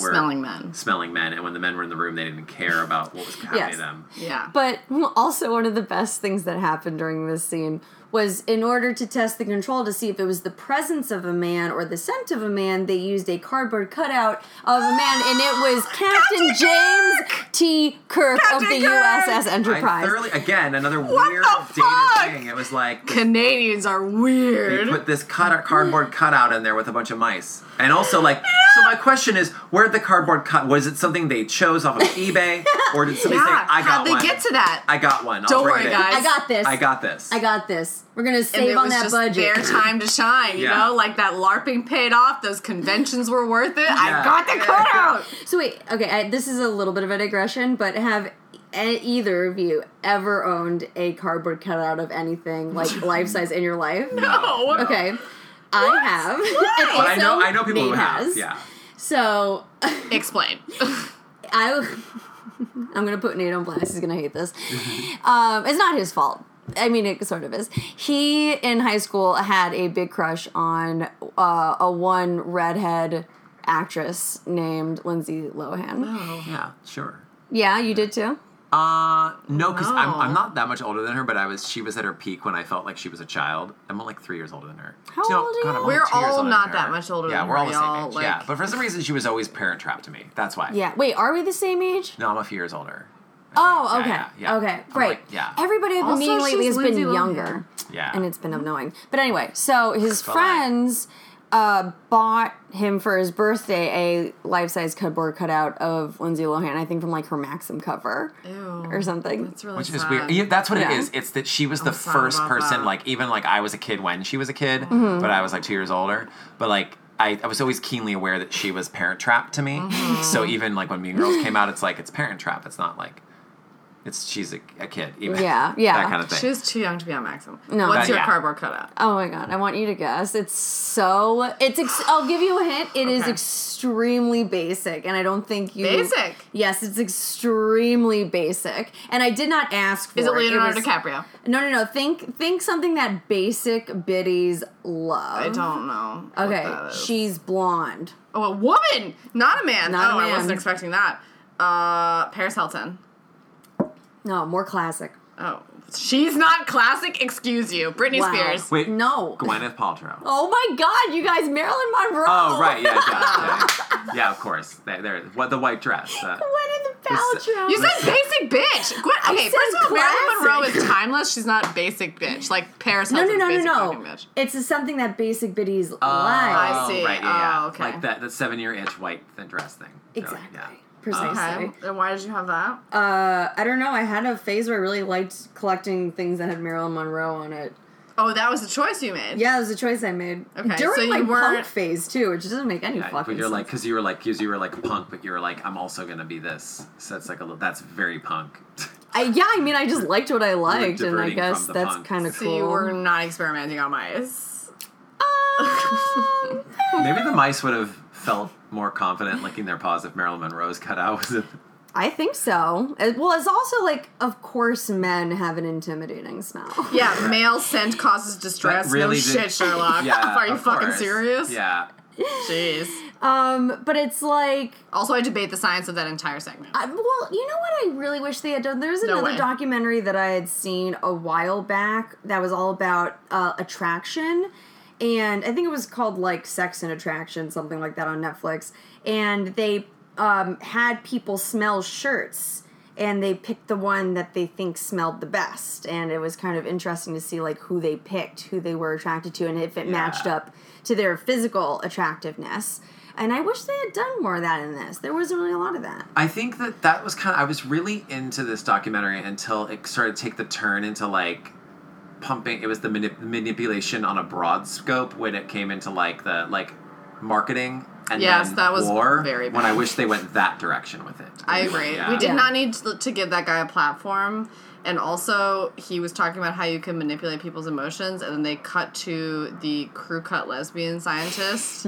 Speaker 4: were
Speaker 3: Smelling men.
Speaker 4: smelling men, and when the men were in the room, they didn't care about what was happening
Speaker 2: Yes.
Speaker 4: to them.
Speaker 3: Yeah.
Speaker 2: But also, one of the best things that happened during this scene was in order to test the control to see if it was the presence of a man or the scent of a man, they used a cardboard cutout of a man, and it was Captain, James T. Kirk of
Speaker 3: Captain
Speaker 2: the
Speaker 3: Kirk!
Speaker 2: USS
Speaker 4: I
Speaker 2: Enterprise.
Speaker 4: thoroughly, again, another weird
Speaker 3: the
Speaker 4: dated
Speaker 3: fuck?
Speaker 4: thing. It was like
Speaker 3: Canadians are
Speaker 4: they
Speaker 3: weird.
Speaker 4: put this cut cardboard cutout in there with a bunch of mice, and also like. So my question is, where'd the cardboard cut? Was it something they chose off of eBay, or did somebody
Speaker 3: yeah,
Speaker 4: say, "I got
Speaker 3: how'd they
Speaker 4: one"?
Speaker 3: get to that?
Speaker 4: I got one. I'll
Speaker 3: Don't
Speaker 4: bring
Speaker 3: worry,
Speaker 4: it in.
Speaker 3: guys.
Speaker 2: I got this.
Speaker 4: I got this.
Speaker 2: I got this. We're gonna
Speaker 3: and
Speaker 2: save
Speaker 3: it
Speaker 2: on
Speaker 3: was
Speaker 2: that
Speaker 3: just
Speaker 2: budget.
Speaker 3: their time to shine, you
Speaker 4: Yeah.
Speaker 3: know? Like that LARPing paid off, those conventions were worth it. I
Speaker 4: Yeah.
Speaker 3: got the cutout.
Speaker 2: So wait, okay, I, this is a little bit of a digression, but have e- either of you ever owned a cardboard cutout of anything like life size in your life?
Speaker 3: No.
Speaker 2: Okay, I have. and
Speaker 4: Um, But I know,
Speaker 2: also
Speaker 4: I know people who
Speaker 2: Nate
Speaker 4: have.
Speaker 2: has.
Speaker 4: Yeah.
Speaker 2: So
Speaker 3: Explain.
Speaker 2: I, I'm gonna put Nate on blast. He's gonna hate this. um, it's not his fault. I mean, it sort of is. He in high school had a big crush on uh, a one redhead actress named Lindsay Lohan.
Speaker 3: Oh,
Speaker 4: Yeah, sure.
Speaker 2: Yeah, you did too.
Speaker 4: Uh, no, because I'm,
Speaker 3: No.
Speaker 4: I'm not that much older than her, but I was. She was at her peak when I felt like she was a child. I'm like three years older than her.
Speaker 2: How old are you?
Speaker 4: I'm only
Speaker 3: We're
Speaker 4: two years
Speaker 3: all
Speaker 4: older
Speaker 3: not
Speaker 4: than
Speaker 3: that
Speaker 4: her.
Speaker 3: much older
Speaker 4: Yeah,
Speaker 3: than
Speaker 4: we're
Speaker 3: her,
Speaker 4: all the
Speaker 3: y'all,
Speaker 4: same age. yeah,
Speaker 3: like-
Speaker 4: but for some reason she was always parent trapped to me. That's why.
Speaker 2: Yeah. Wait, are we the same age?
Speaker 4: No, I'm a few years older.
Speaker 2: Oh,
Speaker 4: Yeah,
Speaker 2: okay.
Speaker 4: yeah, yeah.
Speaker 2: Okay.
Speaker 4: I'm
Speaker 2: Right.
Speaker 4: like, yeah.
Speaker 2: Everybody I've been
Speaker 3: Also,
Speaker 2: meeting lately
Speaker 3: she's
Speaker 2: has
Speaker 3: Lindsay
Speaker 2: been
Speaker 3: Lohan.
Speaker 2: younger.
Speaker 4: Yeah.
Speaker 2: And it's been annoying. But anyway, so his
Speaker 4: Bye-bye.
Speaker 2: friends uh, bought him for his birthday a life size cardboard cutout of Lindsay Lohan, I think from like her Maxim cover
Speaker 3: Ew.
Speaker 2: or something.
Speaker 3: That's really
Speaker 4: Which is
Speaker 3: sad.
Speaker 4: weird. Yeah, that's what
Speaker 2: Yeah.
Speaker 4: it is. It's that she was the
Speaker 3: sad
Speaker 4: first
Speaker 3: about
Speaker 4: person,
Speaker 3: that.
Speaker 4: like even like I was a kid when she was a kid, but I was like two years older. But like I, I was always keenly aware that she was parent trapped to me. So even like when Mean Girls came out, it's like it's parent trap. It's not like It's she's a, a kid, even
Speaker 2: Yeah, yeah.
Speaker 4: that kind of thing.
Speaker 3: She was too young to be on Maxim.
Speaker 2: No.
Speaker 3: What's
Speaker 2: That-
Speaker 3: your
Speaker 4: yeah.
Speaker 3: cardboard cutout?
Speaker 2: Oh my god, I want you to guess. It's so it's ex- I'll give you a hint. It is
Speaker 3: Okay.
Speaker 2: extremely basic and I don't think you
Speaker 3: Basic?
Speaker 2: Yes, it's extremely basic. And I did not ask for
Speaker 3: Is it Leonardo
Speaker 2: was-
Speaker 3: DiCaprio?
Speaker 2: No, no, no. Think think something that basic biddies love.
Speaker 3: I don't know. what that
Speaker 2: Okay,
Speaker 3: is.
Speaker 2: she's blonde.
Speaker 3: Oh, a woman, not a man.
Speaker 2: Not a
Speaker 3: oh,
Speaker 2: man.
Speaker 3: I wasn't expecting that. Uh, Paris Hilton.
Speaker 2: No, more classic.
Speaker 3: Oh, she's not classic. Excuse you, Britney
Speaker 2: Wow.
Speaker 3: Spears.
Speaker 4: Wait,
Speaker 2: No.
Speaker 4: Gwyneth Paltrow.
Speaker 2: Oh my god, you guys, Marilyn Monroe.
Speaker 4: Oh, right, yeah, yeah, yeah, yeah. Of course, there, there. What the white dress? uh,
Speaker 2: Gwyneth Paltrow.
Speaker 3: You said basic bitch. Gwen, okay,
Speaker 2: said
Speaker 3: first of all,
Speaker 2: classic.
Speaker 3: Marilyn Monroe is timeless. She's not basic bitch. Like Paris
Speaker 2: no, no,
Speaker 3: Hilton's
Speaker 2: no, no,
Speaker 3: basic
Speaker 2: no.
Speaker 3: fucking bitch.
Speaker 2: It's a- something that basic biddies like.
Speaker 3: I see.
Speaker 4: Right, yeah,
Speaker 3: Oh,
Speaker 4: yeah.
Speaker 3: okay.
Speaker 4: Like that, that seven-year itch white thin dress thing. They're like,
Speaker 2: Exactly.
Speaker 4: yeah.
Speaker 2: Precisely.
Speaker 3: Okay, and why did you have that?
Speaker 2: Uh, I don't know. I had a phase where I really liked collecting things that had Marilyn Monroe on it.
Speaker 3: oh, that was the choice you made.
Speaker 2: Yeah, it was a choice I made
Speaker 3: Okay,
Speaker 2: during
Speaker 3: so you
Speaker 2: my punk
Speaker 3: weren't-
Speaker 2: phase too, which doesn't make any
Speaker 4: Yeah,
Speaker 2: fucking
Speaker 4: but you're
Speaker 2: sense.
Speaker 4: like, because you were like, because you were like punk, but you're like, I'm also gonna be this. So it's like a little, that's very punk.
Speaker 2: I, yeah, I mean, I just liked what I liked, and I
Speaker 4: diverting
Speaker 2: guess
Speaker 4: from the
Speaker 2: that's
Speaker 4: punk.
Speaker 2: kind of
Speaker 3: So
Speaker 2: cool.
Speaker 3: you were not experimenting on mice.
Speaker 2: Um,
Speaker 4: Maybe the mice would have felt more confident licking their paws if Marilyn Monroe's cutout was. in-
Speaker 2: I think so. It- well, it's also like, of course, men have an intimidating smell.
Speaker 3: Yeah, male scent causes distress.
Speaker 4: That really
Speaker 3: no
Speaker 4: did-
Speaker 3: shit, Sherlock.
Speaker 4: Yeah,
Speaker 3: Are you
Speaker 4: of
Speaker 3: fucking
Speaker 4: course.
Speaker 3: serious?
Speaker 4: Yeah.
Speaker 3: Jeez.
Speaker 2: Um, but it's like,
Speaker 3: Also, I debate the science of that entire segment.
Speaker 2: I, well, you know what I really wish they had done? There's another
Speaker 3: way.
Speaker 2: documentary that I had seen a while back that was all about uh, attraction. And I think it was called like Sex and Attraction, something like that on Netflix. And they um, had people smell shirts and they picked the one that they think smelled the best. And it was kind of interesting to see like who they picked, who they were attracted to, and if it matched
Speaker 4: Yeah.
Speaker 2: up to their physical attractiveness. And I wish they had done more of that in this. There wasn't really a lot of that.
Speaker 4: I think that that was kind of. I was really into this documentary until it started to take the turn into like pumping. It was the manip- manipulation on a broad scope when it came into like the like marketing and
Speaker 3: Yes,
Speaker 4: then
Speaker 3: that was
Speaker 4: war.
Speaker 3: very
Speaker 4: When I
Speaker 3: bad.
Speaker 4: wish they went that direction with it.
Speaker 3: I agree.
Speaker 4: Yeah.
Speaker 3: We did
Speaker 2: Yeah.
Speaker 3: not need to, to give that guy a platform. And also, he was talking about how you can manipulate people's emotions, and then they cut to the crew cut lesbian scientist.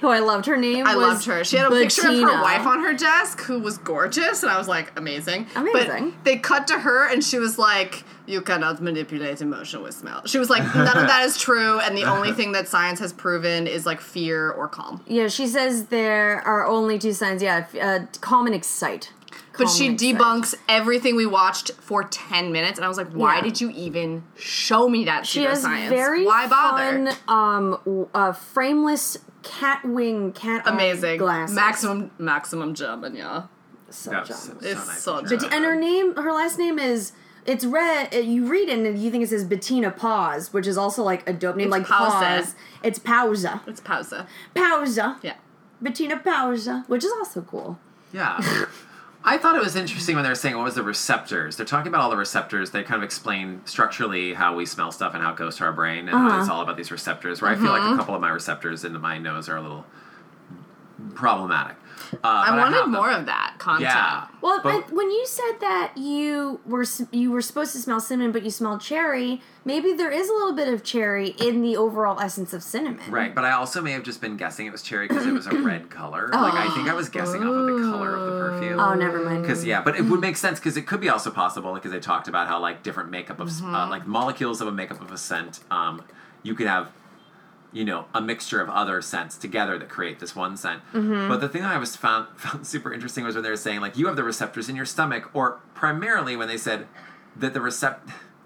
Speaker 2: who I loved. Her name
Speaker 3: I
Speaker 2: was
Speaker 3: loved her. She had a picture of
Speaker 2: Bettina.
Speaker 3: her wife on her desk, who was gorgeous, and I was like, amazing.
Speaker 2: Amazing.
Speaker 3: But they cut to her, and she was like, "You cannot manipulate emotion with smell." She was like, "None of that is true, and the only thing that science has proven is like fear or calm."
Speaker 2: Yeah, she says there are only two signs. Yeah, f- uh, calm and excite.
Speaker 3: But
Speaker 2: Calm
Speaker 3: she
Speaker 2: and excite.
Speaker 3: debunks everything we watched for ten minutes, and I was like, "Why
Speaker 2: Yeah.
Speaker 3: did you even show me that
Speaker 2: She has
Speaker 3: pseudoscience?
Speaker 2: very
Speaker 3: Why bother?"
Speaker 2: fun, um, w- uh, frameless cat wing, cat eye
Speaker 3: Amazing.
Speaker 2: glasses.
Speaker 3: Maximum, maximum German, yeah.
Speaker 2: So
Speaker 4: Yeah,
Speaker 2: jealous.
Speaker 4: so- so
Speaker 3: It's
Speaker 4: nice
Speaker 3: so
Speaker 4: and
Speaker 3: good.
Speaker 2: and her name, her last name is. It's red. uh, You read it and you think it says Bettina Paws, which is also like a dope name,
Speaker 3: It's
Speaker 2: like
Speaker 3: Pausa.
Speaker 2: Paws. It's Pausa.
Speaker 3: It's Pausa.
Speaker 2: Pausa.
Speaker 3: Yeah.
Speaker 2: Bettina Pausa, which is also cool.
Speaker 4: Yeah. I thought it was interesting when they were saying what was the receptors. They're talking about all the receptors. They kind of explain structurally how we smell stuff and how it goes to our brain and how it's all about these receptors. Where I feel like a couple of my receptors into my nose are a little problematic. Uh,
Speaker 3: I
Speaker 4: but
Speaker 3: wanted
Speaker 4: have them.
Speaker 3: more of that content.
Speaker 4: Yeah.
Speaker 2: Well,
Speaker 4: But-
Speaker 2: but when you said that you were s- you were supposed to smell cinnamon, but you smelled cherry, maybe there is a little bit of cherry in the overall essence of cinnamon.
Speaker 4: Right, but I also may have just been guessing it was cherry because it was a red color. Like I think I was guessing off of the color of the perfume.
Speaker 2: Oh, never mind.
Speaker 4: Because yeah, but it
Speaker 3: Mm-hmm.
Speaker 4: would make sense because it could be also possible because they talked about how like different makeup of
Speaker 3: Mm-hmm.
Speaker 4: uh, like molecules of a makeup of a scent. Um, you could have, you know, a mixture of other scents together that create this one scent.
Speaker 3: Mm-hmm.
Speaker 4: But the thing that I was found found super interesting was when they were saying like you have the receptors in your stomach, or primarily when they said that the recept.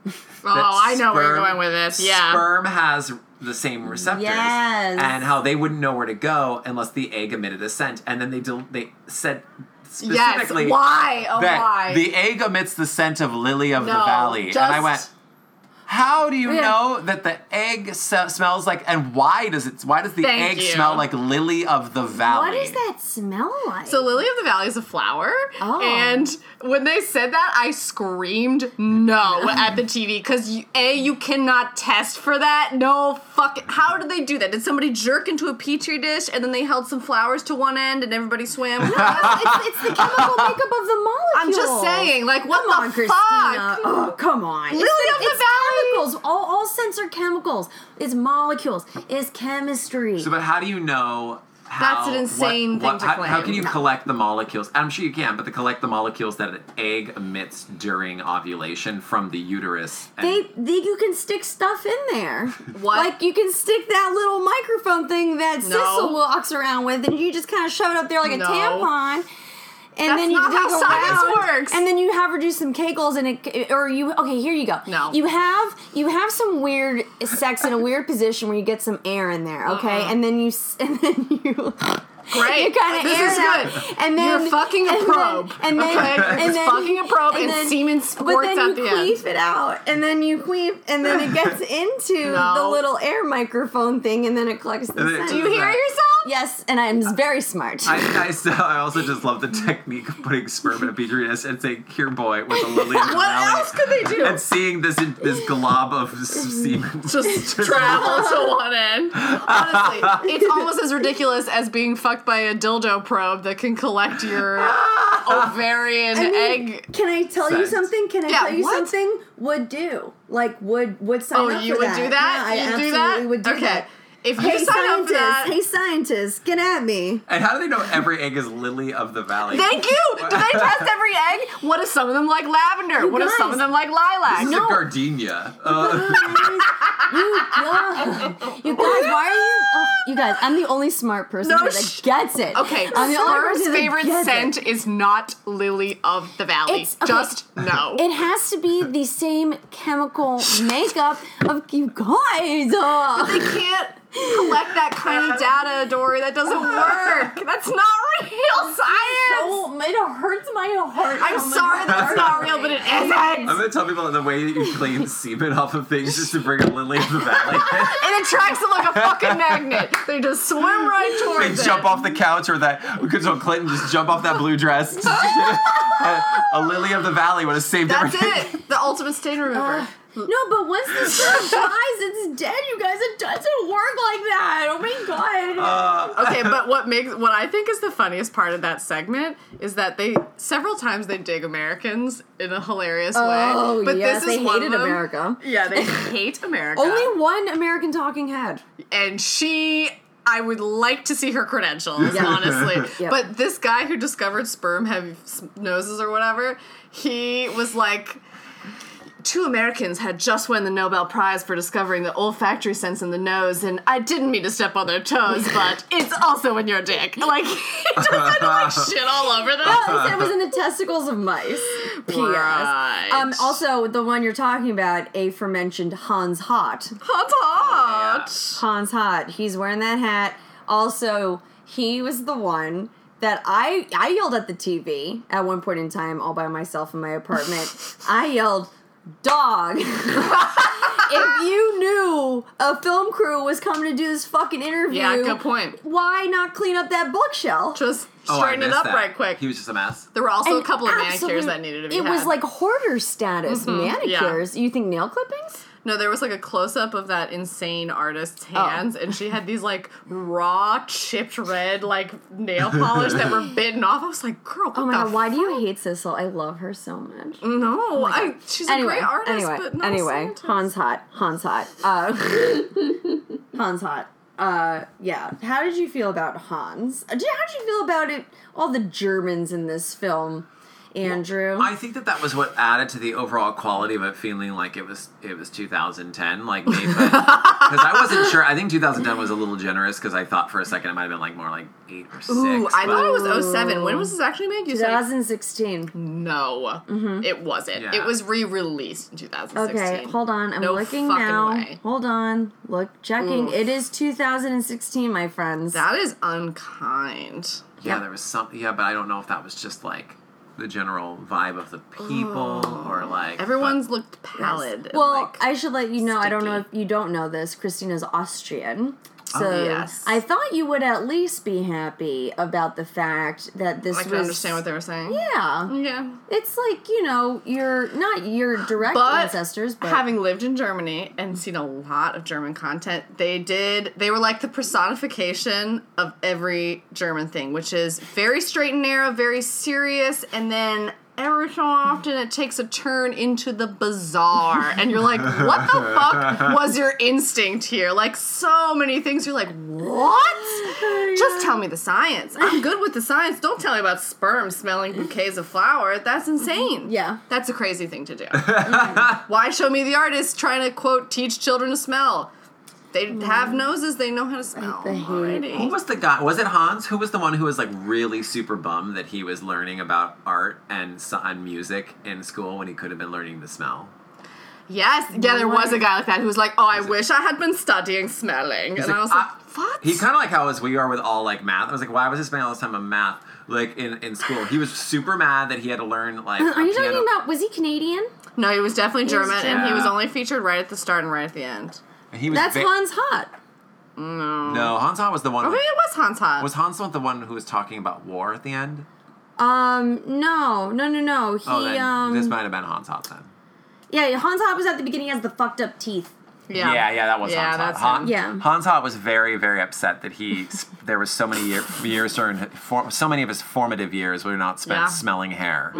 Speaker 3: Oh,
Speaker 4: that
Speaker 3: I know where you're
Speaker 4: sperm-
Speaker 3: going with this. Yeah.
Speaker 4: Sperm has the same receptors.
Speaker 2: Yes.
Speaker 4: And how they wouldn't know where to go unless the egg emitted a scent. And then they del- they said
Speaker 3: Yes.
Speaker 4: specifically
Speaker 3: Why? Oh,
Speaker 4: that
Speaker 3: why?
Speaker 4: the egg emits the scent of lily of the
Speaker 3: No,
Speaker 4: valley. and I went,
Speaker 3: just-
Speaker 4: how do you
Speaker 2: Yeah.
Speaker 4: know that the egg s- smells like and why does it why does the
Speaker 3: Thank
Speaker 4: egg
Speaker 3: you.
Speaker 4: smell like lily of the valley?
Speaker 2: What does that smell like?
Speaker 3: so Lily of the Valley is a flower,
Speaker 2: Oh.
Speaker 3: and when they said that, I screamed no at the TV because a you cannot test for that. No fuck. How did they do that? Did somebody jerk into a petri dish and then they held some flowers to one end and everybody swam?
Speaker 2: Oh, it's, it's the chemical makeup of the molecules.
Speaker 3: I'm I'm just
Speaker 5: molecules.
Speaker 3: saying, like, what
Speaker 5: Come
Speaker 3: the
Speaker 5: on,
Speaker 3: fuck?
Speaker 5: Christina. Oh, come on. Lily
Speaker 3: Lily of the Valley.
Speaker 5: chemicals. All, all scents are chemicals. It's molecules. It's chemistry.
Speaker 4: So, but how do you know? How,
Speaker 3: That's an insane thing to
Speaker 4: how, How
Speaker 3: claim.
Speaker 4: can you collect the molecules? I'm sure you can, but to collect the molecules that an egg emits during ovulation from the uterus. and-
Speaker 5: they, they, you can stick stuff in there.
Speaker 3: What?
Speaker 2: Like you can stick that little microphone thing that
Speaker 3: No.
Speaker 2: Sissel walks around with, and you just kind of shove it up there like a
Speaker 3: No.
Speaker 2: tampon. And
Speaker 3: That's
Speaker 2: then you
Speaker 3: not how
Speaker 2: dig
Speaker 3: science
Speaker 2: around,
Speaker 3: works.
Speaker 2: and then you have her do some kegels, and it, or you okay. Here you go.
Speaker 3: No.
Speaker 2: you have you have some weird sex in a weird position where you get some air in there, okay, and then you s- and then you
Speaker 3: Great.
Speaker 2: you kind of
Speaker 3: This
Speaker 2: air
Speaker 3: is
Speaker 2: it out,
Speaker 3: good.
Speaker 2: and then
Speaker 3: You're fucking a
Speaker 2: and then-
Speaker 3: probe.
Speaker 2: and then
Speaker 3: okay? You're
Speaker 2: and
Speaker 3: just
Speaker 2: then
Speaker 3: fucking a probe and,
Speaker 2: then-
Speaker 3: semen
Speaker 2: but
Speaker 3: squirts
Speaker 2: then
Speaker 3: at
Speaker 2: you
Speaker 3: the
Speaker 2: queef
Speaker 3: end.
Speaker 2: it out, and then you queef, and then it gets into
Speaker 3: No.
Speaker 2: the little air microphone thing, and then it collects the
Speaker 4: And it-
Speaker 2: scent.
Speaker 3: Do you hear yourself?
Speaker 2: Yes, and
Speaker 3: Uh,
Speaker 2: I'm very smart.
Speaker 4: I, I, still, I also just love the technique of putting sperm in a petri dish and saying, "Here, boy," with a lily in the
Speaker 3: What
Speaker 4: valley,
Speaker 3: else could they do?
Speaker 4: and seeing this this glob of s- semen.
Speaker 3: just travel to one end. Honestly, it's almost as ridiculous as being fucked by a dildo probe that can collect your ovarian
Speaker 2: I mean,
Speaker 3: egg.
Speaker 2: Can I tell you
Speaker 4: scent.
Speaker 2: something? Can I
Speaker 3: Yeah,
Speaker 2: tell you
Speaker 3: what?
Speaker 2: something? Would do like would would sign
Speaker 3: Oh,
Speaker 2: up
Speaker 3: you
Speaker 2: for
Speaker 3: would
Speaker 2: that?
Speaker 3: do that?
Speaker 2: Yeah, I
Speaker 3: you
Speaker 2: absolutely
Speaker 3: do that?
Speaker 2: would do
Speaker 3: okay.
Speaker 2: that.
Speaker 3: If you
Speaker 2: Hey
Speaker 3: sign up for that,
Speaker 2: scientists! Hey scientists! Get at me!
Speaker 4: And how do they know every egg is lily of the valley?
Speaker 3: Thank you. Do they test every egg? What if some of them like lavender? what if some
Speaker 2: guys-
Speaker 3: of them like lilac?
Speaker 4: It's a gardenia. Uh,
Speaker 2: You guys, why are you? Oh, you guys, I'm the only smart person
Speaker 3: No
Speaker 2: here
Speaker 3: sh-
Speaker 2: that gets it.
Speaker 3: Okay,
Speaker 2: I'm the only
Speaker 3: Sperm's
Speaker 2: person that
Speaker 3: favorite
Speaker 2: gets it.
Speaker 3: scent is not Lily of the Valley.
Speaker 2: It's- okay.
Speaker 3: Just no.
Speaker 2: It has to be the same chemical makeup of you guys. uh.
Speaker 3: they can't collect that kind of data, Dory. That doesn't work. That's not real science.
Speaker 2: Oh, it hurts Oh my heart.
Speaker 3: I'm sorry that's not real, but it
Speaker 4: I'm
Speaker 3: isn't.
Speaker 4: gonna tell people that the way that you clean semen off of things just to bring a lily of the valley.
Speaker 3: It attracts them like a fucking magnet. They just swim right
Speaker 4: they
Speaker 3: towards it.
Speaker 4: jump off the couch or that because so Clinton just jump off that blue dress. a, a lily of the valley would have saved
Speaker 3: That's
Speaker 4: everything.
Speaker 3: it. The ultimate stain remover.
Speaker 2: No, but once the sperm dies, it's dead, you guys. It doesn't work like that. Oh my god.
Speaker 3: Uh,
Speaker 2: Ah.
Speaker 3: okay, but what makes what I think is the funniest part of that segment is that they several times they dig Americans in a hilarious
Speaker 2: Oh,
Speaker 3: way. But
Speaker 2: yes,
Speaker 3: this is
Speaker 2: they
Speaker 3: one of
Speaker 2: hated
Speaker 3: them.
Speaker 2: America.
Speaker 3: Yeah, they hate America.
Speaker 2: Only one American talking head.
Speaker 3: and she I would like to see her credentials,
Speaker 2: Yeah.
Speaker 3: honestly.
Speaker 2: Yeah.
Speaker 3: But this guy who discovered sperm have s- noses or whatever, he was like Two Americans had just won the Nobel Prize for discovering the olfactory sense in the nose, and I didn't mean to step on their toes, but it's also in your dick. Like, it just sounded like shit all over them.
Speaker 2: He said it was in the testicles of mice.
Speaker 3: Right.
Speaker 2: P.S. Um, also, the one you're talking about, aforementioned Hans Hot.
Speaker 3: Hot, hot.
Speaker 2: Hans Hot. He's wearing that hat. Also, he was the one that I I yelled at the TV at one point in time, all by myself in my apartment. I yelled, "Dog! if you knew a film crew was coming to do this fucking interview,
Speaker 3: Yeah, good point.
Speaker 2: Why not clean up that bookshelf?"
Speaker 3: Just
Speaker 4: Oh, I
Speaker 3: straighten it
Speaker 4: missed
Speaker 3: up
Speaker 4: that.
Speaker 3: right quick.
Speaker 4: He was just a mess.
Speaker 3: there were also
Speaker 2: An
Speaker 3: a couple of
Speaker 2: absolute-
Speaker 3: manicures that needed to be
Speaker 2: It was
Speaker 3: had. Mm-hmm.
Speaker 2: like hoarder status manicures. You think nail clippings?
Speaker 3: No, there was like a close up of that insane artist's
Speaker 2: Oh.
Speaker 3: hands, and she had these like raw, chipped red like nail polish that were bitten off. I was like, "Girl, what
Speaker 2: Oh my
Speaker 3: the
Speaker 2: god, why do you hate Sissel? I love her so much.
Speaker 3: f- no, I, Oh, she's a great artist,
Speaker 2: Anyway,
Speaker 3: but not a
Speaker 2: anyway,
Speaker 3: scientist.
Speaker 2: Hans hot, Hans hot, uh, Hans hot. Uh, yeah. How did you feel about Hans? Uh, did- How did you feel about it? All the Germans in this film, Andrew.
Speaker 4: I think that that was what added to the overall quality of it feeling like it was it was 2010, like maybe because I wasn't sure. I think 2010 was a little generous because I thought for a second it might have been like more like eight or six.
Speaker 3: Ooh, I
Speaker 4: but-
Speaker 3: thought it was 07. When was this actually made? You said
Speaker 2: 2016.
Speaker 3: no, it wasn't.
Speaker 4: Yeah.
Speaker 3: It was re released in 2016.
Speaker 2: Mm-hmm. Okay, hold on. I'm
Speaker 3: No
Speaker 2: looking
Speaker 3: fucking
Speaker 2: now.
Speaker 3: way.
Speaker 2: Hold on. Look, checking. It is 2016, my friends.
Speaker 3: That is unkind.
Speaker 4: yeah, there was some. Yeah, but I don't know if that was just like the general vibe of the people or like
Speaker 3: Oh. Everyone's looked pallid. and,
Speaker 2: Well,
Speaker 3: like-
Speaker 2: I should let you know. I don't know if
Speaker 3: sticky. Oh,
Speaker 2: you don't know this. Christina's Austrian. So
Speaker 3: yes.
Speaker 2: I thought you would at least be happy about the fact that this
Speaker 3: I
Speaker 2: was.
Speaker 3: can understand what they were saying.
Speaker 2: Yeah,
Speaker 3: Yeah.
Speaker 2: it's like you know, you're not your direct
Speaker 3: but
Speaker 2: ancestors, but
Speaker 3: having lived in Germany and seen a lot of German content, they did they were like the personification of every German thing, which is very straight and narrow, very serious, and then every so often it takes a turn into the bizarre. And you're like, what the fuck was your instinct here? Like, so many things. You're like, what? Just tell me the science. I'm good with the science. Don't tell me about sperm smelling bouquets of flower. That's insane.
Speaker 2: Yeah.
Speaker 3: That's a crazy thing to do. Why show me the artist trying to, quote, teach children to smell? They have noses, they know how to smell.
Speaker 2: hate it.
Speaker 3: already.
Speaker 4: Who was the guy? Was it Hans? Who was the one who was like really super bummed that he was learning about art and, s- and music in school when he could have been learning the smell?
Speaker 3: Yes, yeah, there was a guy like that who was like, "Oh, I wish I had been studying smelling," and
Speaker 4: like,
Speaker 3: I was like,
Speaker 4: "Ah."
Speaker 3: "What?"
Speaker 4: He kind of like how was we are with all like math. I was like, why was he spending all this time on math? Like in, in school, he was super mad that he had to learn like.
Speaker 5: Are you talking about? Was he Canadian?
Speaker 3: no, he was definitely
Speaker 5: was
Speaker 3: German, and he was
Speaker 4: German.
Speaker 3: only featured right at the start and right at the end.
Speaker 4: He was
Speaker 2: That's
Speaker 4: ba-
Speaker 2: Hans Hot.
Speaker 4: No, Hans Hahn was the one.
Speaker 3: Or Oh, maybe it was Hans Hot.
Speaker 4: was Hans not the one who was talking about war at the end?
Speaker 2: Um, no, no, no, no. He,
Speaker 4: Oh, then
Speaker 2: um,
Speaker 4: this might have been Hans Hahn then.
Speaker 5: Yeah, Hans Hop was at the beginning. He has the fucked up teeth.
Speaker 3: yeah,
Speaker 4: yeah, yeah, that was
Speaker 3: Yeah,
Speaker 4: Hans Hot.
Speaker 3: that's
Speaker 4: Han,
Speaker 3: him.
Speaker 5: Yeah.
Speaker 4: Hans Hot was very, very upset that he there was so many year, years during for, so many of his formative years were not spent
Speaker 3: Yeah.
Speaker 4: smelling hair.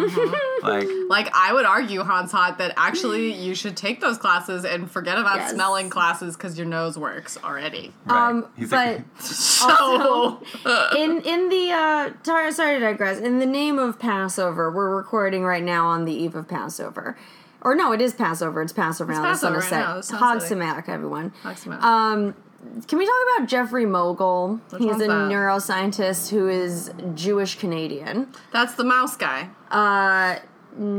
Speaker 4: like
Speaker 3: Like I would argue, Hans Hot, that actually you should take those classes and forget about
Speaker 2: Yes.
Speaker 3: smelling classes because your nose works already.
Speaker 4: right.
Speaker 2: um,
Speaker 4: He's
Speaker 2: but
Speaker 4: like,
Speaker 3: So
Speaker 2: in in the uh tar- sorry to digress in the name of passover we're recording right now on the eve of passover or no it is passover it's passover now
Speaker 3: Passover
Speaker 2: the
Speaker 3: right now,
Speaker 2: sun
Speaker 3: the
Speaker 2: is
Speaker 3: sun
Speaker 2: set
Speaker 3: is
Speaker 2: hog
Speaker 3: setting.
Speaker 2: Samak, everyone
Speaker 3: Samak.
Speaker 2: um can we talk about jeffrey mogul he's
Speaker 3: one's
Speaker 2: a
Speaker 3: that?
Speaker 2: neuroscientist who is jewish canadian
Speaker 3: that's the mouse guy,
Speaker 2: uh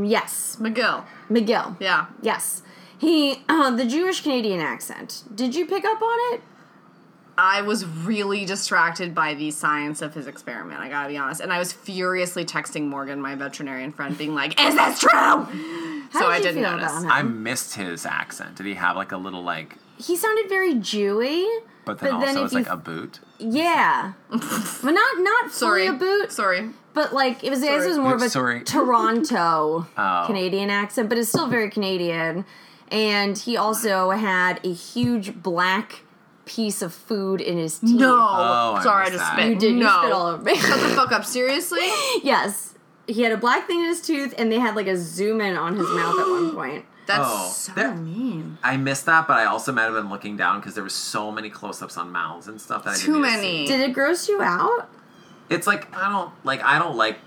Speaker 2: yes
Speaker 3: McGill.
Speaker 2: mcgill
Speaker 3: Yeah,
Speaker 2: yes he uh, the jewish canadian accent did you pick up on it
Speaker 3: I was really distracted by the science of his experiment, I gotta be honest. And I was furiously texting Morgan, my veterinarian friend, being like, Is this true?
Speaker 2: How
Speaker 3: so
Speaker 2: did
Speaker 3: I
Speaker 2: you
Speaker 3: didn't
Speaker 2: feel
Speaker 3: notice.
Speaker 2: about him?
Speaker 4: I missed his accent. Did he have like a little like?
Speaker 2: he sounded very jewy
Speaker 4: But then
Speaker 2: But
Speaker 4: also
Speaker 2: then if
Speaker 4: it's like
Speaker 2: you-
Speaker 4: a boot.
Speaker 2: Yeah, but not not
Speaker 3: Sorry.
Speaker 2: fully a boot,
Speaker 3: Sorry.
Speaker 2: but like it was. I guess it was more of a
Speaker 4: Oops, sorry.
Speaker 2: Toronto
Speaker 4: Oh.
Speaker 2: Canadian accent, but it's still very Canadian. And he also had a huge black piece of food in his teeth.
Speaker 3: No.
Speaker 4: Oh, I
Speaker 3: Sorry, I
Speaker 4: missed
Speaker 3: just
Speaker 4: that.
Speaker 3: spit.
Speaker 2: you did.
Speaker 3: No.
Speaker 2: You spit all over me.
Speaker 3: Shut the fuck up, seriously?
Speaker 2: yes, he had a black thing in his tooth, and they had like a zoom in on his mouth at one point.
Speaker 3: That's
Speaker 4: Oh,
Speaker 3: so
Speaker 4: that-
Speaker 3: mean.
Speaker 4: I missed that, but I also might have been looking down because there were so many close-ups on mouths and stuff that I
Speaker 3: Too
Speaker 4: didn't even
Speaker 3: many.
Speaker 4: see.
Speaker 2: Did it gross you out?
Speaker 4: It's like I don't like I don't like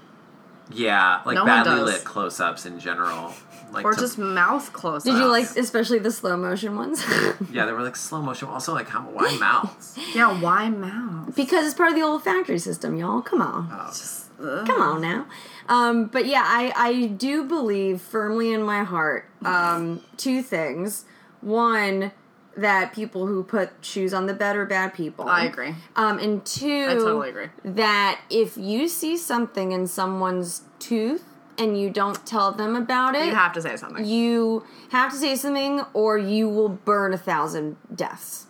Speaker 4: yeah like
Speaker 3: No one
Speaker 4: badly
Speaker 3: does.
Speaker 4: lit close-ups in general. Like
Speaker 3: Or
Speaker 4: to-
Speaker 3: just mouth close
Speaker 2: Did you like especially the slow motion ones?
Speaker 4: Yeah, they were like slow motion. Also, like how why mouths?
Speaker 3: Yeah, why mouth?
Speaker 2: because it's part of the olfactory system, y'all. Come on. Come on now. Um, but yeah, I, I do believe firmly in my heart um, two things. One, that people who put shoes on the bed are bad people.
Speaker 3: I agree.
Speaker 2: Um, and two,
Speaker 3: I totally agree.
Speaker 2: that if you see something in someone's tooth and you don't tell them about it,
Speaker 3: You have to say something.
Speaker 2: you have to say something or you will burn a thousand deaths.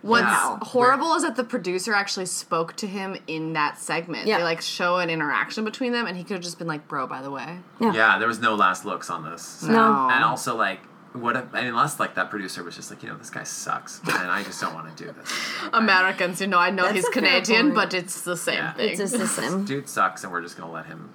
Speaker 3: What's
Speaker 4: Yeah.
Speaker 3: horrible is that the producer actually spoke to him in that segment.
Speaker 2: Yeah.
Speaker 3: They like show an interaction between them, and he could have just been like, "Bro, by the way." Oh.
Speaker 4: yeah, there was no last looks on this.
Speaker 2: No.
Speaker 4: And also like what if, and unless like that producer was just like you know this guy sucks and I just don't want to do this.
Speaker 3: Americans, you know, I know he's
Speaker 2: a fair
Speaker 3: Canadian,
Speaker 2: point.
Speaker 3: but it's the same
Speaker 4: Yeah.
Speaker 3: thing.
Speaker 2: It's a system.
Speaker 4: Dude sucks, and we're just gonna let him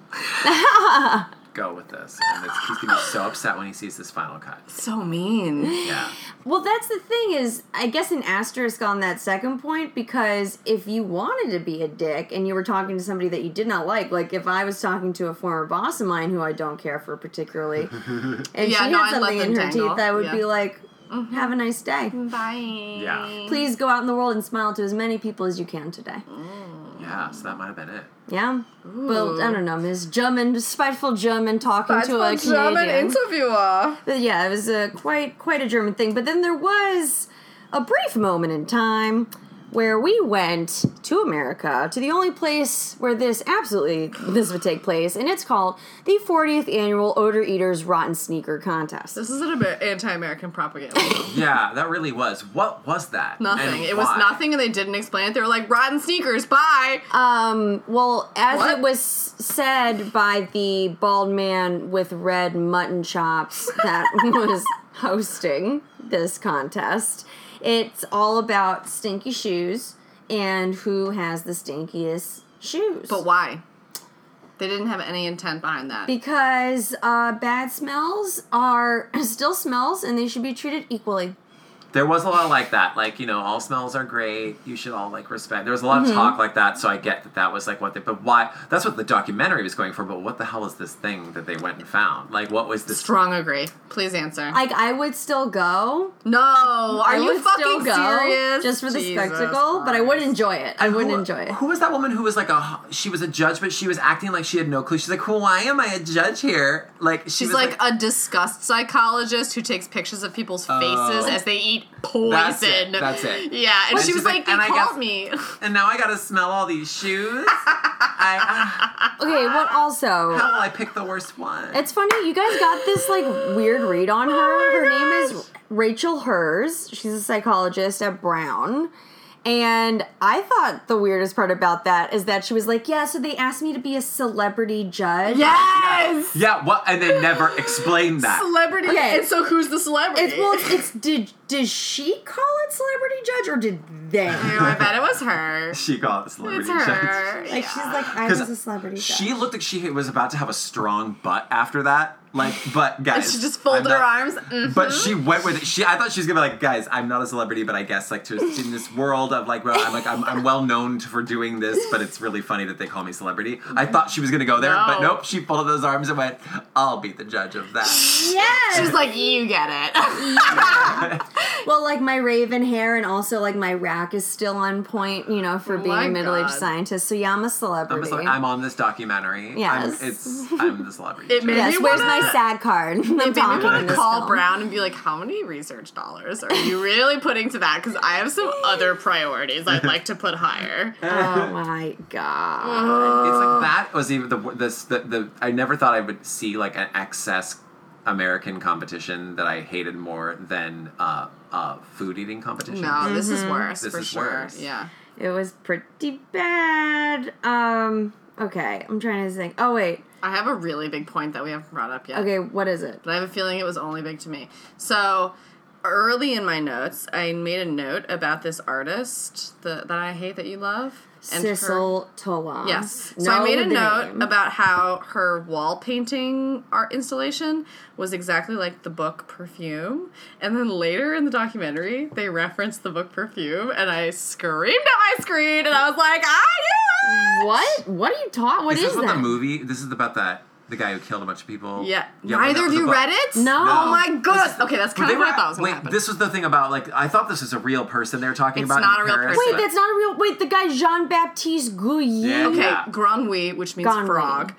Speaker 4: go with this. And it's, he's gonna be so upset when he sees this final cut.
Speaker 3: so mean.
Speaker 4: Yeah.
Speaker 2: Well, that's the thing is, I guess an asterisk on that second point because if you wanted to be a dick and you were talking to somebody that you did not like, like if I was talking to a former boss of mine who I don't care for particularly, and
Speaker 3: Yeah,
Speaker 2: she
Speaker 3: no,
Speaker 2: had
Speaker 3: I'd let
Speaker 2: something in
Speaker 3: them
Speaker 2: her
Speaker 3: dangle.
Speaker 2: teeth, I would
Speaker 3: Yeah. Mm-hmm.
Speaker 2: be like, "Mm, "Have a nice day.
Speaker 3: Bye.
Speaker 4: Yeah.
Speaker 2: Please go out in the world and smile to as many people as you can today."
Speaker 4: Yeah. So that might have been it.
Speaker 2: Yeah. Well, I don't know, Miss German, spiteful German talking to a Canadian.
Speaker 3: interviewer.
Speaker 2: But yeah, it was a quite quite a German thing. But then there was a brief moment in time where we went to America to the only place where this absolutely this would take place, and it's called the 40th annual Odor Eaters Rotten Sneaker Contest.
Speaker 3: This is an Amer- anti-American propaganda.
Speaker 4: Yeah, that really was. What was that?
Speaker 3: nothing.
Speaker 4: And
Speaker 3: It was
Speaker 4: why?
Speaker 3: nothing, and they didn't explain it. They were like, "Rotten sneakers, bye."
Speaker 2: Um, well, as
Speaker 3: What?
Speaker 2: it was said by the bald man with red mutton chops that was hosting this contest, it's all about stinky shoes and who has the stinkiest shoes.
Speaker 3: but why? They didn't have any intent behind that.
Speaker 2: because uh, bad smells are still smells and they should be treated equally.
Speaker 4: There was a lot like that. Like, you know, all smells are great. You should all like respect. There was a lot
Speaker 3: Mm-hmm.
Speaker 4: of talk like that. So I get that that was like what they, but why? That's what the documentary was going for. But what the hell is this thing that they went and found? Like, what was this?
Speaker 3: Strong agree. Please answer.
Speaker 2: Like I would still go.
Speaker 3: no, are
Speaker 2: I
Speaker 3: you
Speaker 2: would still
Speaker 3: fucking
Speaker 2: go
Speaker 3: serious?
Speaker 2: just for the
Speaker 3: Jesus
Speaker 2: spectacle, but I would
Speaker 3: Christ.
Speaker 2: enjoy it. I would enjoy it.
Speaker 4: Who was that woman who was like a? She was a judge, but she was acting like she had no clue. She's like, why am I a judge here? Like, she
Speaker 3: She's
Speaker 4: was
Speaker 3: like, a disgust psychologist who takes pictures of people's faces as they eat poison.
Speaker 4: That's it, that's it.
Speaker 3: Yeah, and,
Speaker 4: And
Speaker 3: she
Speaker 4: she's
Speaker 3: was like,
Speaker 4: like, "And
Speaker 3: they
Speaker 4: I
Speaker 3: called
Speaker 4: guess-
Speaker 3: me.
Speaker 4: and now I gotta smell all these shoes. I,
Speaker 2: Okay, what also?
Speaker 4: how will I pick the worst one?
Speaker 2: It's funny, you guys got this like weird read
Speaker 3: Oh
Speaker 2: on her. her name is Rachel Hers. She's a psychologist at Brown. And I thought the weirdest part about that is that she was like, Yeah, so they asked me to be a celebrity judge.
Speaker 3: yes!
Speaker 4: yeah, what? And they never explained that.
Speaker 3: Celebrity.
Speaker 2: Okay.
Speaker 3: And so who's the celebrity?
Speaker 2: It's well it's, it's did did she call it celebrity judge or did they?
Speaker 3: Oh, I bet it was her.
Speaker 4: She got the celebrity
Speaker 3: It's
Speaker 4: judge.
Speaker 3: her.
Speaker 2: Like she's like, I
Speaker 4: 'Cause
Speaker 2: was a celebrity judge.
Speaker 4: She looked like she was about to have a strong butt after that. Like, but guys,
Speaker 3: she just
Speaker 4: I'm
Speaker 3: folded her
Speaker 4: not-
Speaker 3: arms. Mhm.
Speaker 4: But she went with it. She, I thought she was gonna be like, guys, I'm not a celebrity, but I guess like to in this world of like, well, I'm like, I'm, I'm well known to- for doing this, but it's really funny that they call me celebrity. I thought she was gonna go there, but
Speaker 3: No.
Speaker 4: nope. She folded those arms and went, I'll be the judge of that.
Speaker 3: She
Speaker 2: yes.
Speaker 3: was like, you get it.
Speaker 2: Well, like my raven hair and also like my rack is still on point, you know, for being
Speaker 3: Oh my
Speaker 2: a middle aged
Speaker 3: God.
Speaker 2: scientist. So yeah, I'm a
Speaker 4: I'm,
Speaker 2: celebrity.
Speaker 4: just like, I'm on this documentary.
Speaker 2: Yes.
Speaker 4: I'm, it's I'm the celebrity.
Speaker 3: It
Speaker 4: judge.
Speaker 3: made-
Speaker 2: Yes,
Speaker 3: You
Speaker 2: where's
Speaker 3: wanna-
Speaker 2: my sad card? I'm
Speaker 3: Maybe we
Speaker 2: talking in
Speaker 3: want to
Speaker 2: this
Speaker 3: call
Speaker 2: film.
Speaker 3: Brown and be like, how many research dollars are you really putting to that? Because I have some other priorities I'd like to put higher.
Speaker 2: Oh my god.
Speaker 4: It's
Speaker 3: Uh.
Speaker 4: like that was even the this the, the I never thought I would see like an excess American competition that I hated more than uh, uh, food eating competition.
Speaker 3: No, this
Speaker 2: mm-hmm.
Speaker 3: is worse
Speaker 4: This
Speaker 3: for
Speaker 4: is
Speaker 3: sure.
Speaker 4: worse.
Speaker 3: Yeah.
Speaker 2: It was pretty bad. Um okay, I'm trying to think. Oh wait.
Speaker 3: I have a really big point that we haven't brought up yet.
Speaker 2: Okay, what is it?
Speaker 3: But I have a feeling it was only big to me. So early in my notes, I made a note about this artist the, that I hate that you love. and her-
Speaker 2: Sissel Toa.
Speaker 4: Um,
Speaker 3: Yes. So I
Speaker 2: Know
Speaker 3: made a
Speaker 2: the
Speaker 3: note
Speaker 2: name.
Speaker 3: about how her wall painting art installation was exactly like the book Perfume. And then later in the documentary, they referenced the book Perfume, and I screamed at my screen, and I was like, ah, yeah!
Speaker 2: What? What are you talking? What
Speaker 4: Is
Speaker 2: is,
Speaker 4: this what
Speaker 2: that?
Speaker 4: the movie? This is about that the guy who killed a bunch of people.
Speaker 3: Yeah.
Speaker 4: well,
Speaker 3: Neither
Speaker 4: that
Speaker 3: of
Speaker 4: was the
Speaker 3: you
Speaker 4: book.
Speaker 3: read it?
Speaker 2: No.
Speaker 3: Oh my goodness. Okay, that's
Speaker 4: But
Speaker 3: kind
Speaker 4: they
Speaker 3: of what
Speaker 4: were-
Speaker 3: I thought was going
Speaker 4: wait,
Speaker 3: to happen.
Speaker 4: this was the thing about like I thought this was a real person they were talking
Speaker 3: It's
Speaker 4: about.
Speaker 3: not a
Speaker 4: in
Speaker 3: real
Speaker 4: Paris,
Speaker 3: person.
Speaker 2: Wait,
Speaker 4: but-
Speaker 2: that's not a real wait, the guy Jean Baptiste Gouilly.
Speaker 4: Yeah.
Speaker 3: Okay,
Speaker 4: Yeah.
Speaker 3: Granui, which means
Speaker 2: Granui.
Speaker 3: frog.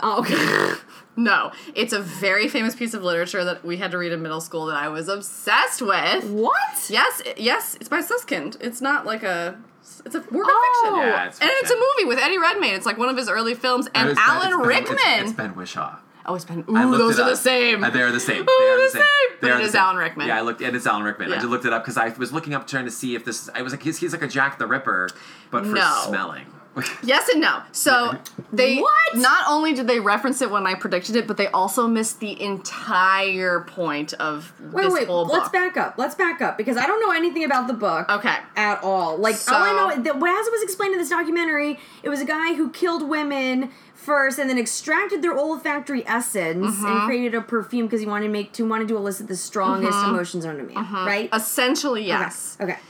Speaker 2: Oh, okay.
Speaker 3: No, it's a very famous piece of literature that we had to read in middle school that I was obsessed with.
Speaker 2: what?
Speaker 3: Yes, it- yes, it's by Suskind. It's not like a. It's a work
Speaker 2: Oh.
Speaker 3: of fiction.
Speaker 4: Yeah, it's
Speaker 3: and it's a
Speaker 4: fiction.
Speaker 3: movie with Eddie Redmayne. It's like one of his early films, and
Speaker 4: It was Ben-
Speaker 3: Alan
Speaker 4: it's Ben- it's-
Speaker 3: Rickman.
Speaker 4: it's Ben Wishaw.
Speaker 3: oh, it's been.
Speaker 4: I
Speaker 3: Ooh,
Speaker 4: looked
Speaker 3: those
Speaker 4: it
Speaker 3: are the
Speaker 4: up.
Speaker 3: same.
Speaker 4: Uh, they're the same.
Speaker 3: Oh,
Speaker 4: They're
Speaker 3: the
Speaker 4: the same.
Speaker 3: same.
Speaker 4: They
Speaker 3: But
Speaker 4: are
Speaker 3: it
Speaker 4: the
Speaker 3: is
Speaker 4: same.
Speaker 3: Alan Rickman.
Speaker 4: Yeah, I looked. And it's Alan Rickman. I
Speaker 3: Yeah.
Speaker 4: just looked it up because I was looking up trying to see if this. I was like, he's, he's like a Jack the Ripper, but for
Speaker 3: No.
Speaker 4: smelling.
Speaker 3: Yes and no. So they
Speaker 2: What?
Speaker 3: not only did they reference it when I predicted it, but they also missed the entire point of
Speaker 2: Wait,
Speaker 3: this
Speaker 2: wait,
Speaker 3: whole book.
Speaker 2: let's back up. Let's back up because I don't know anything about the book.
Speaker 3: Okay.
Speaker 2: At all. Like, all I
Speaker 3: So-
Speaker 2: know, that, well, as it was explained in this documentary, it was a guy who killed women first and then extracted their olfactory essence and
Speaker 3: Mm-hmm.
Speaker 2: created a perfume because he wanted to make, to wanted to elicit the strongest
Speaker 3: Mm-hmm.
Speaker 2: emotions on a man, right?
Speaker 3: Essentially, yes.
Speaker 2: Okay. okay.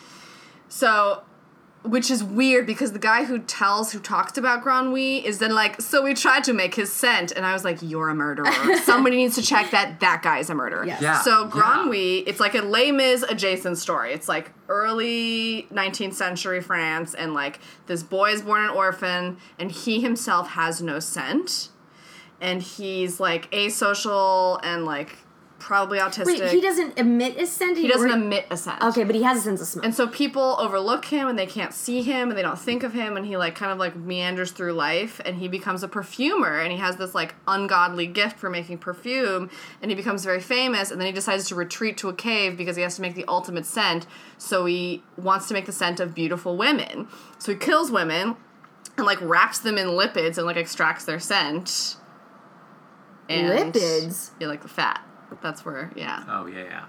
Speaker 3: So, which is weird because the guy who tells, who talks about Granwy is then like, so we tried to make his scent. And I was like, you're a murderer. Somebody needs to check that that guy is a murderer.
Speaker 2: Yes.
Speaker 4: Yeah,
Speaker 3: So
Speaker 4: yeah.
Speaker 3: Granwy, it's like a Les Mis adjacent story. It's like early 19th century France and like this boy is born an orphan and he himself has no scent. And he's like asocial and like probably autistic.
Speaker 2: Wait, he doesn't emit a scent?
Speaker 3: He doesn't emit a scent.
Speaker 2: Okay, but he has a sense of smell.
Speaker 3: And so people overlook him and they can't see him and they don't think of him and he like kind of like meanders through life and he becomes a perfumer and he has this like ungodly gift for making perfume and he becomes very famous and then he decides to retreat to a cave because he has to make the ultimate scent. So he wants to make the scent of beautiful women. So he kills women and like wraps them in lipids and like extracts their scent. And
Speaker 2: Lipids?
Speaker 3: Yeah, like the fat. That's where yeah.
Speaker 4: Oh yeah, yeah.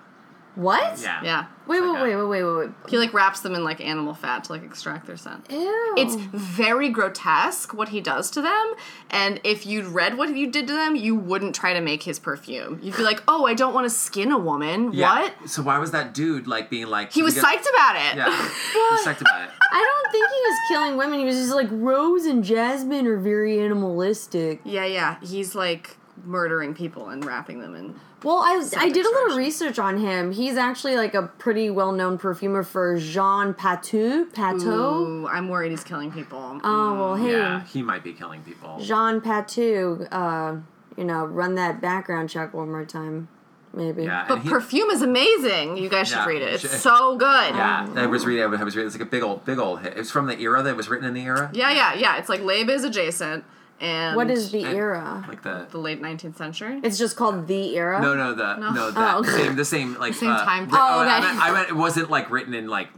Speaker 2: What?
Speaker 4: Yeah.
Speaker 3: Yeah.
Speaker 2: Wait,
Speaker 4: It's
Speaker 2: wait,
Speaker 4: like
Speaker 2: wait,
Speaker 4: a-
Speaker 2: wait, wait, wait,
Speaker 3: He like wraps them in like animal fat to like extract their scent.
Speaker 2: wait. Ew.
Speaker 3: It's very grotesque what he does to them. And if you'd read what you did to them, you wouldn't try to make his perfume. You'd be like, oh, I don't want to skin a woman.
Speaker 4: Yeah.
Speaker 3: What?
Speaker 4: So why was that dude like being like?
Speaker 3: He was psyched about it.
Speaker 4: Yeah. he was psyched about it.
Speaker 2: I don't think he was killing women. He was just like Rose and Jasmine are very animalistic.
Speaker 3: yeah, yeah. He's like murdering people and wrapping them in.
Speaker 2: Well, I I did a little
Speaker 3: extraction.
Speaker 2: research on him. He's actually like a pretty well known perfumer for Jean Patou. Patou.
Speaker 3: Ooh, I'm worried he's killing people. Mm.
Speaker 2: Oh well, hey,
Speaker 4: Yeah, he might be killing people.
Speaker 2: Jean Patou. Uh, you know, run that background check one more time, maybe.
Speaker 4: Yeah, and
Speaker 3: but
Speaker 4: he-
Speaker 3: perfume is amazing. You guys should
Speaker 4: Yeah,
Speaker 3: read it.
Speaker 4: you
Speaker 3: It's
Speaker 4: should.
Speaker 3: so good.
Speaker 4: Yeah, I was reading. I was reading. It's like a big old, big old hit. It was from the era that it was written in the era.
Speaker 3: Yeah, yeah, yeah. It's like Lab is adjacent and
Speaker 2: What is the
Speaker 4: And-
Speaker 2: era?
Speaker 4: Like the.
Speaker 3: the late 19th century?
Speaker 2: It's just called the era.
Speaker 4: No, no, the no,
Speaker 3: No.
Speaker 4: the that
Speaker 2: Oh, okay.
Speaker 4: same, the same, like
Speaker 3: Same
Speaker 4: uh,
Speaker 3: time.
Speaker 4: ri-
Speaker 2: Oh,
Speaker 4: I,
Speaker 2: okay.
Speaker 4: meant, I meant it wasn't like written in like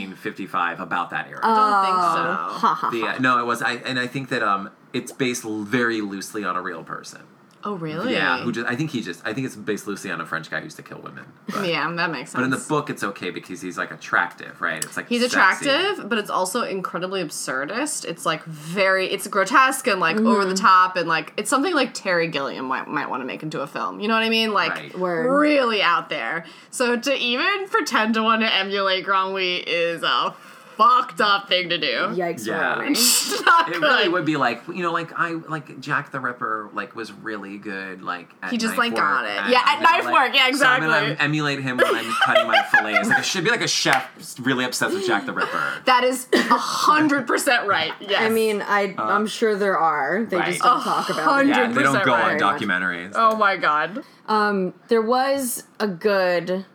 Speaker 4: 1955 about that era.
Speaker 3: I don't think so.
Speaker 2: Ha ha.
Speaker 4: the, uh, no, it was. I and I think that um, it's based l- very loosely on a real person.
Speaker 3: Oh, really?
Speaker 4: Yeah, who just I think he just I think it's based loosely on a French guy who used to kill women. But,
Speaker 3: Yeah, that makes sense.
Speaker 4: but in the book, it's okay because he's like attractive, right? It's like
Speaker 3: He's
Speaker 4: sexy.
Speaker 3: attractive, but it's also incredibly absurdist. It's like very, it's grotesque and like over the
Speaker 2: Mm-hmm.
Speaker 3: top, and like it's something like Terry Gilliam might, might want to make into a film. You know what I mean? Like
Speaker 4: Right.
Speaker 2: Word.
Speaker 3: really out there. So to even pretend to want to emulate Gromley is a fucked up thing to do.
Speaker 2: Yikes!
Speaker 4: Yeah.
Speaker 2: Rory.
Speaker 3: It's not
Speaker 4: It
Speaker 3: good.
Speaker 4: really would be like you know, like I like Jack the Ripper, like was really good. Like at
Speaker 3: He just,
Speaker 4: knife
Speaker 3: like,
Speaker 4: work.
Speaker 3: got it.
Speaker 4: Uh,
Speaker 3: Yeah, at
Speaker 4: I'm gonna,
Speaker 3: knife work. Yeah,
Speaker 4: so I'm gonna
Speaker 3: exactly.
Speaker 4: emulate him when I'm cutting my fillets. Like I should be like a chef, really obsessed with Jack the Ripper.
Speaker 3: That is a hundred percent right. Yes.
Speaker 2: I mean, I I'm sure there are. They
Speaker 4: Uh, right.
Speaker 2: just don't talk about it.
Speaker 3: hundred-
Speaker 4: Yeah, they don't
Speaker 3: 100%
Speaker 4: go on
Speaker 3: right.
Speaker 4: documentaries.
Speaker 3: oh my god.
Speaker 2: Um, there was a good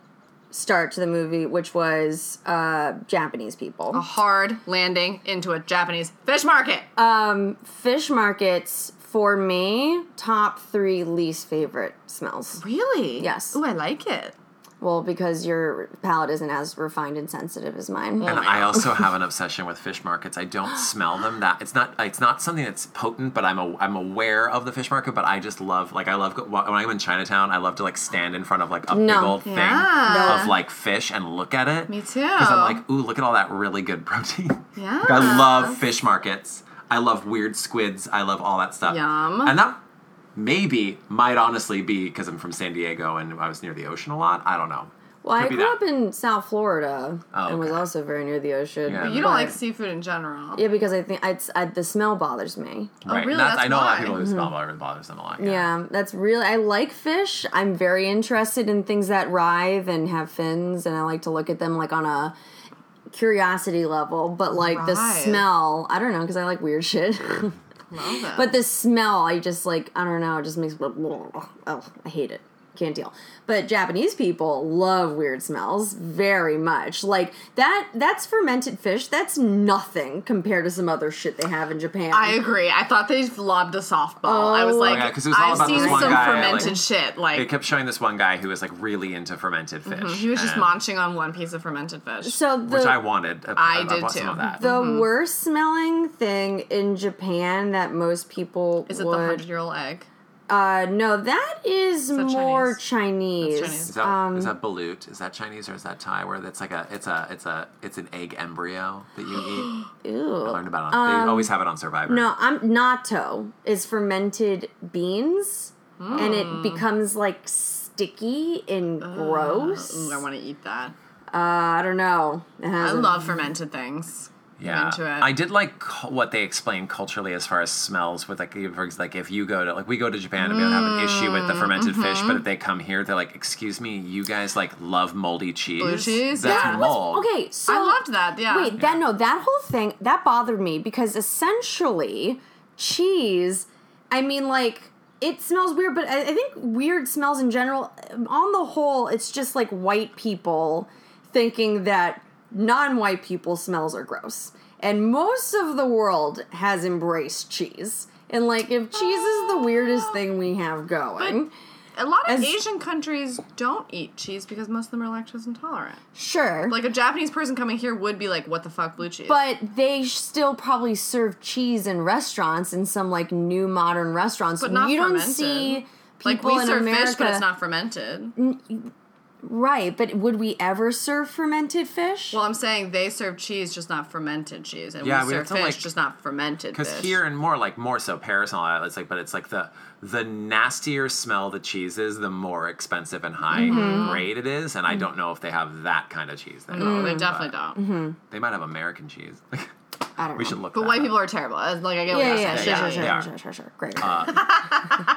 Speaker 2: start to the movie, which was uh, Japanese people.
Speaker 4: Oh,
Speaker 3: Hard landing into a Japanese fish market.
Speaker 2: Um, fish markets for me, top three least favorite smells.
Speaker 3: really?
Speaker 2: yes.
Speaker 3: Ooh, I like it.
Speaker 2: Well, because your palate isn't as refined and sensitive as mine.
Speaker 4: And I also have an obsession with fish markets. I don't smell them. That it's not it's not something that's potent, but I'm a, I'm aware of the fish market. But I just love like I love go- when I'm in Chinatown. I love to like stand in front of like a big old thing
Speaker 3: Yeah.
Speaker 4: of like fish and look at it.
Speaker 3: Me too.
Speaker 4: Because I'm like, ooh, look at all that really good protein.
Speaker 3: Yeah.
Speaker 4: Like, I love fish markets. I love weird squids. I love all that stuff.
Speaker 3: Yum.
Speaker 4: And that maybe might honestly be because I'm from San Diego and I was near the ocean a lot. I don't know.
Speaker 2: Well, I
Speaker 4: Could be
Speaker 2: grew
Speaker 4: that.
Speaker 2: up in South Florida
Speaker 4: Oh,
Speaker 2: and was
Speaker 4: okay.
Speaker 2: also very near the ocean.
Speaker 4: Yeah. But
Speaker 3: You don't
Speaker 2: but-
Speaker 3: like seafood in general.
Speaker 2: Yeah, because I think it's I, the smell bothers me.
Speaker 3: Oh,
Speaker 4: right.
Speaker 3: really?
Speaker 4: That's,
Speaker 3: That's
Speaker 4: I know a lot of
Speaker 3: why. Mm-hmm.
Speaker 4: people who smell bothers, bothers them a lot.
Speaker 2: Yeah, that's really. I like fish. I'm very interested in things that writhe and have fins, and I like to look at them like on a curiosity level. But like the
Speaker 3: Writhe.
Speaker 2: smell, I don't know because I like weird shit.
Speaker 3: Love it.
Speaker 2: but the smell, I just like. I don't know. It just makes. Oh, I hate it. Can't deal. But Japanese people love weird smells very much. Like that. That's fermented fish. That's nothing compared to some other shit they have in Japan.
Speaker 3: I agree. I thought they lobbed a softball. I
Speaker 2: Oh.
Speaker 3: was like,
Speaker 4: yeah, 'cause it was all
Speaker 3: I've
Speaker 4: about
Speaker 3: seen
Speaker 4: this one
Speaker 3: some
Speaker 4: guy,
Speaker 3: fermented
Speaker 4: like-
Speaker 3: shit.
Speaker 4: It
Speaker 3: Like
Speaker 4: kept showing this one guy who was like really into fermented fish.
Speaker 3: Mm-hmm. he was just
Speaker 4: and-
Speaker 3: munching on one piece of fermented fish.
Speaker 2: so the,
Speaker 4: which I wanted. I,
Speaker 3: I
Speaker 4: I
Speaker 3: did
Speaker 4: want some
Speaker 3: too.
Speaker 4: of that.
Speaker 2: The
Speaker 3: Mm-hmm.
Speaker 2: worst smelling thing in Japan that most people
Speaker 3: is it the
Speaker 2: would
Speaker 3: hundred year old egg?
Speaker 2: uh no that is
Speaker 3: that
Speaker 2: more Chinese.
Speaker 3: Chinese? That's Chinese.
Speaker 4: is that, is that balut? Is that Chinese or is that Thai? Where that's like a it's a it's a it's an egg embryo that you eat.
Speaker 2: Ew.
Speaker 4: Learned about it. On, they always have it on Survivor.
Speaker 2: No, I'm natto is fermented beans and it becomes like sticky and gross.
Speaker 3: Ooh, I want to eat that.
Speaker 2: Uh, I don't know. It has
Speaker 3: I
Speaker 2: a-
Speaker 3: love fermented things.
Speaker 4: yeah.
Speaker 3: into it.
Speaker 4: I did like cu- what they explained culturally as far as smells. With like, for ex- like if you go to like we go to Japan and we don't have an issue with the fermented fish, but if they come here, they're like, excuse me, you guys like love moldy cheese.
Speaker 3: cheese?
Speaker 4: That's
Speaker 3: Yeah.
Speaker 4: mold.
Speaker 2: Okay, so
Speaker 3: I loved that. Yeah.
Speaker 2: Wait, that no, that whole thing that bothered me because essentially cheese. I mean, like it smells weird, but I, I think weird smells in general, on the whole, it's just like white people thinking that non-white people smells are gross, and most of the world has embraced cheese. And like, if cheese is the weirdest
Speaker 3: Oh.
Speaker 2: thing we have going,
Speaker 3: a lot of
Speaker 2: as-
Speaker 3: Asian countries don't eat cheese because most of them are lactose intolerant.
Speaker 2: sure,
Speaker 3: Like a Japanese person coming here would be like, "What the fuck, blue cheese?"
Speaker 2: But they sh- still probably serve cheese in restaurants in some like new modern restaurants.
Speaker 3: But not
Speaker 2: you don't
Speaker 3: fermented.
Speaker 2: see people
Speaker 3: like we
Speaker 2: in
Speaker 3: serve
Speaker 2: America.
Speaker 3: fish, but it's not fermented.
Speaker 2: Right, but would we ever serve fermented fish?
Speaker 3: Well, I'm saying they serve cheese, just not fermented cheese, and
Speaker 4: Yeah,
Speaker 3: we,
Speaker 4: we
Speaker 3: serve
Speaker 4: have to,
Speaker 3: fish,
Speaker 4: like-
Speaker 3: just not fermented fish.
Speaker 4: Because here and more like more so Paris and all that, it's like, but it's like the the nastier smell the cheese is, the more expensive and high grade it is, and I don't know if they have that kind of cheese. There.
Speaker 3: no, they
Speaker 2: Mm-hmm.
Speaker 3: definitely don't.
Speaker 4: They might have American cheese.
Speaker 2: I don't
Speaker 4: we
Speaker 2: know.
Speaker 4: should look.
Speaker 3: But
Speaker 4: that
Speaker 3: white
Speaker 4: up.
Speaker 3: people are terrible. Uh, Like I get what
Speaker 2: Yeah,
Speaker 3: you're
Speaker 2: yeah,
Speaker 3: saying.
Speaker 2: sure, sure,
Speaker 4: yeah.
Speaker 2: sure, sure, sure, sure. Great. great.
Speaker 3: Uh.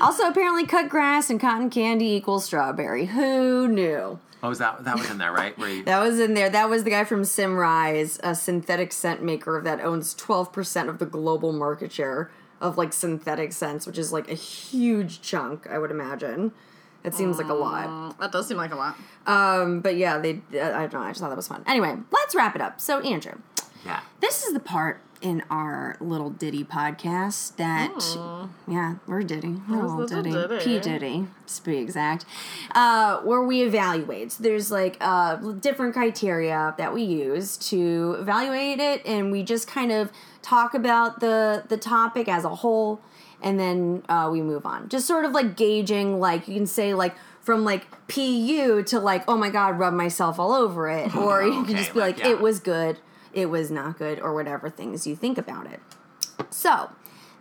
Speaker 2: also, apparently, cut grass and cotton candy equals strawberry. Who knew?
Speaker 4: Oh, is that that was in there, right? Where you,
Speaker 2: That was in there. That was the guy from Simrise, a synthetic scent maker that owns 12% of the global market share of like synthetic scents, which is like a huge chunk, I would imagine. It seems like a lot.
Speaker 3: Mm, That does seem like a lot.
Speaker 2: Um, but yeah, they I don't know, I just thought that was fun. Anyway, let's wrap it up. So, Andrew,
Speaker 4: yeah.
Speaker 2: this is the part in our little ditty podcast that yeah we're ditty we're all
Speaker 3: little
Speaker 2: ditty.
Speaker 3: ditty.
Speaker 2: p ditty to be exact uh, where we evaluate so there's like uh, different criteria that we use to evaluate it and we just kind of talk about the the topic as a whole and then uh, we move on just sort of like gauging like you can say like from like pu to like oh my god rub myself all over it or you can
Speaker 4: Okay,
Speaker 2: just be
Speaker 4: like,
Speaker 2: like,
Speaker 4: yeah.
Speaker 2: it was good, it was not good, or whatever things you think about it. So,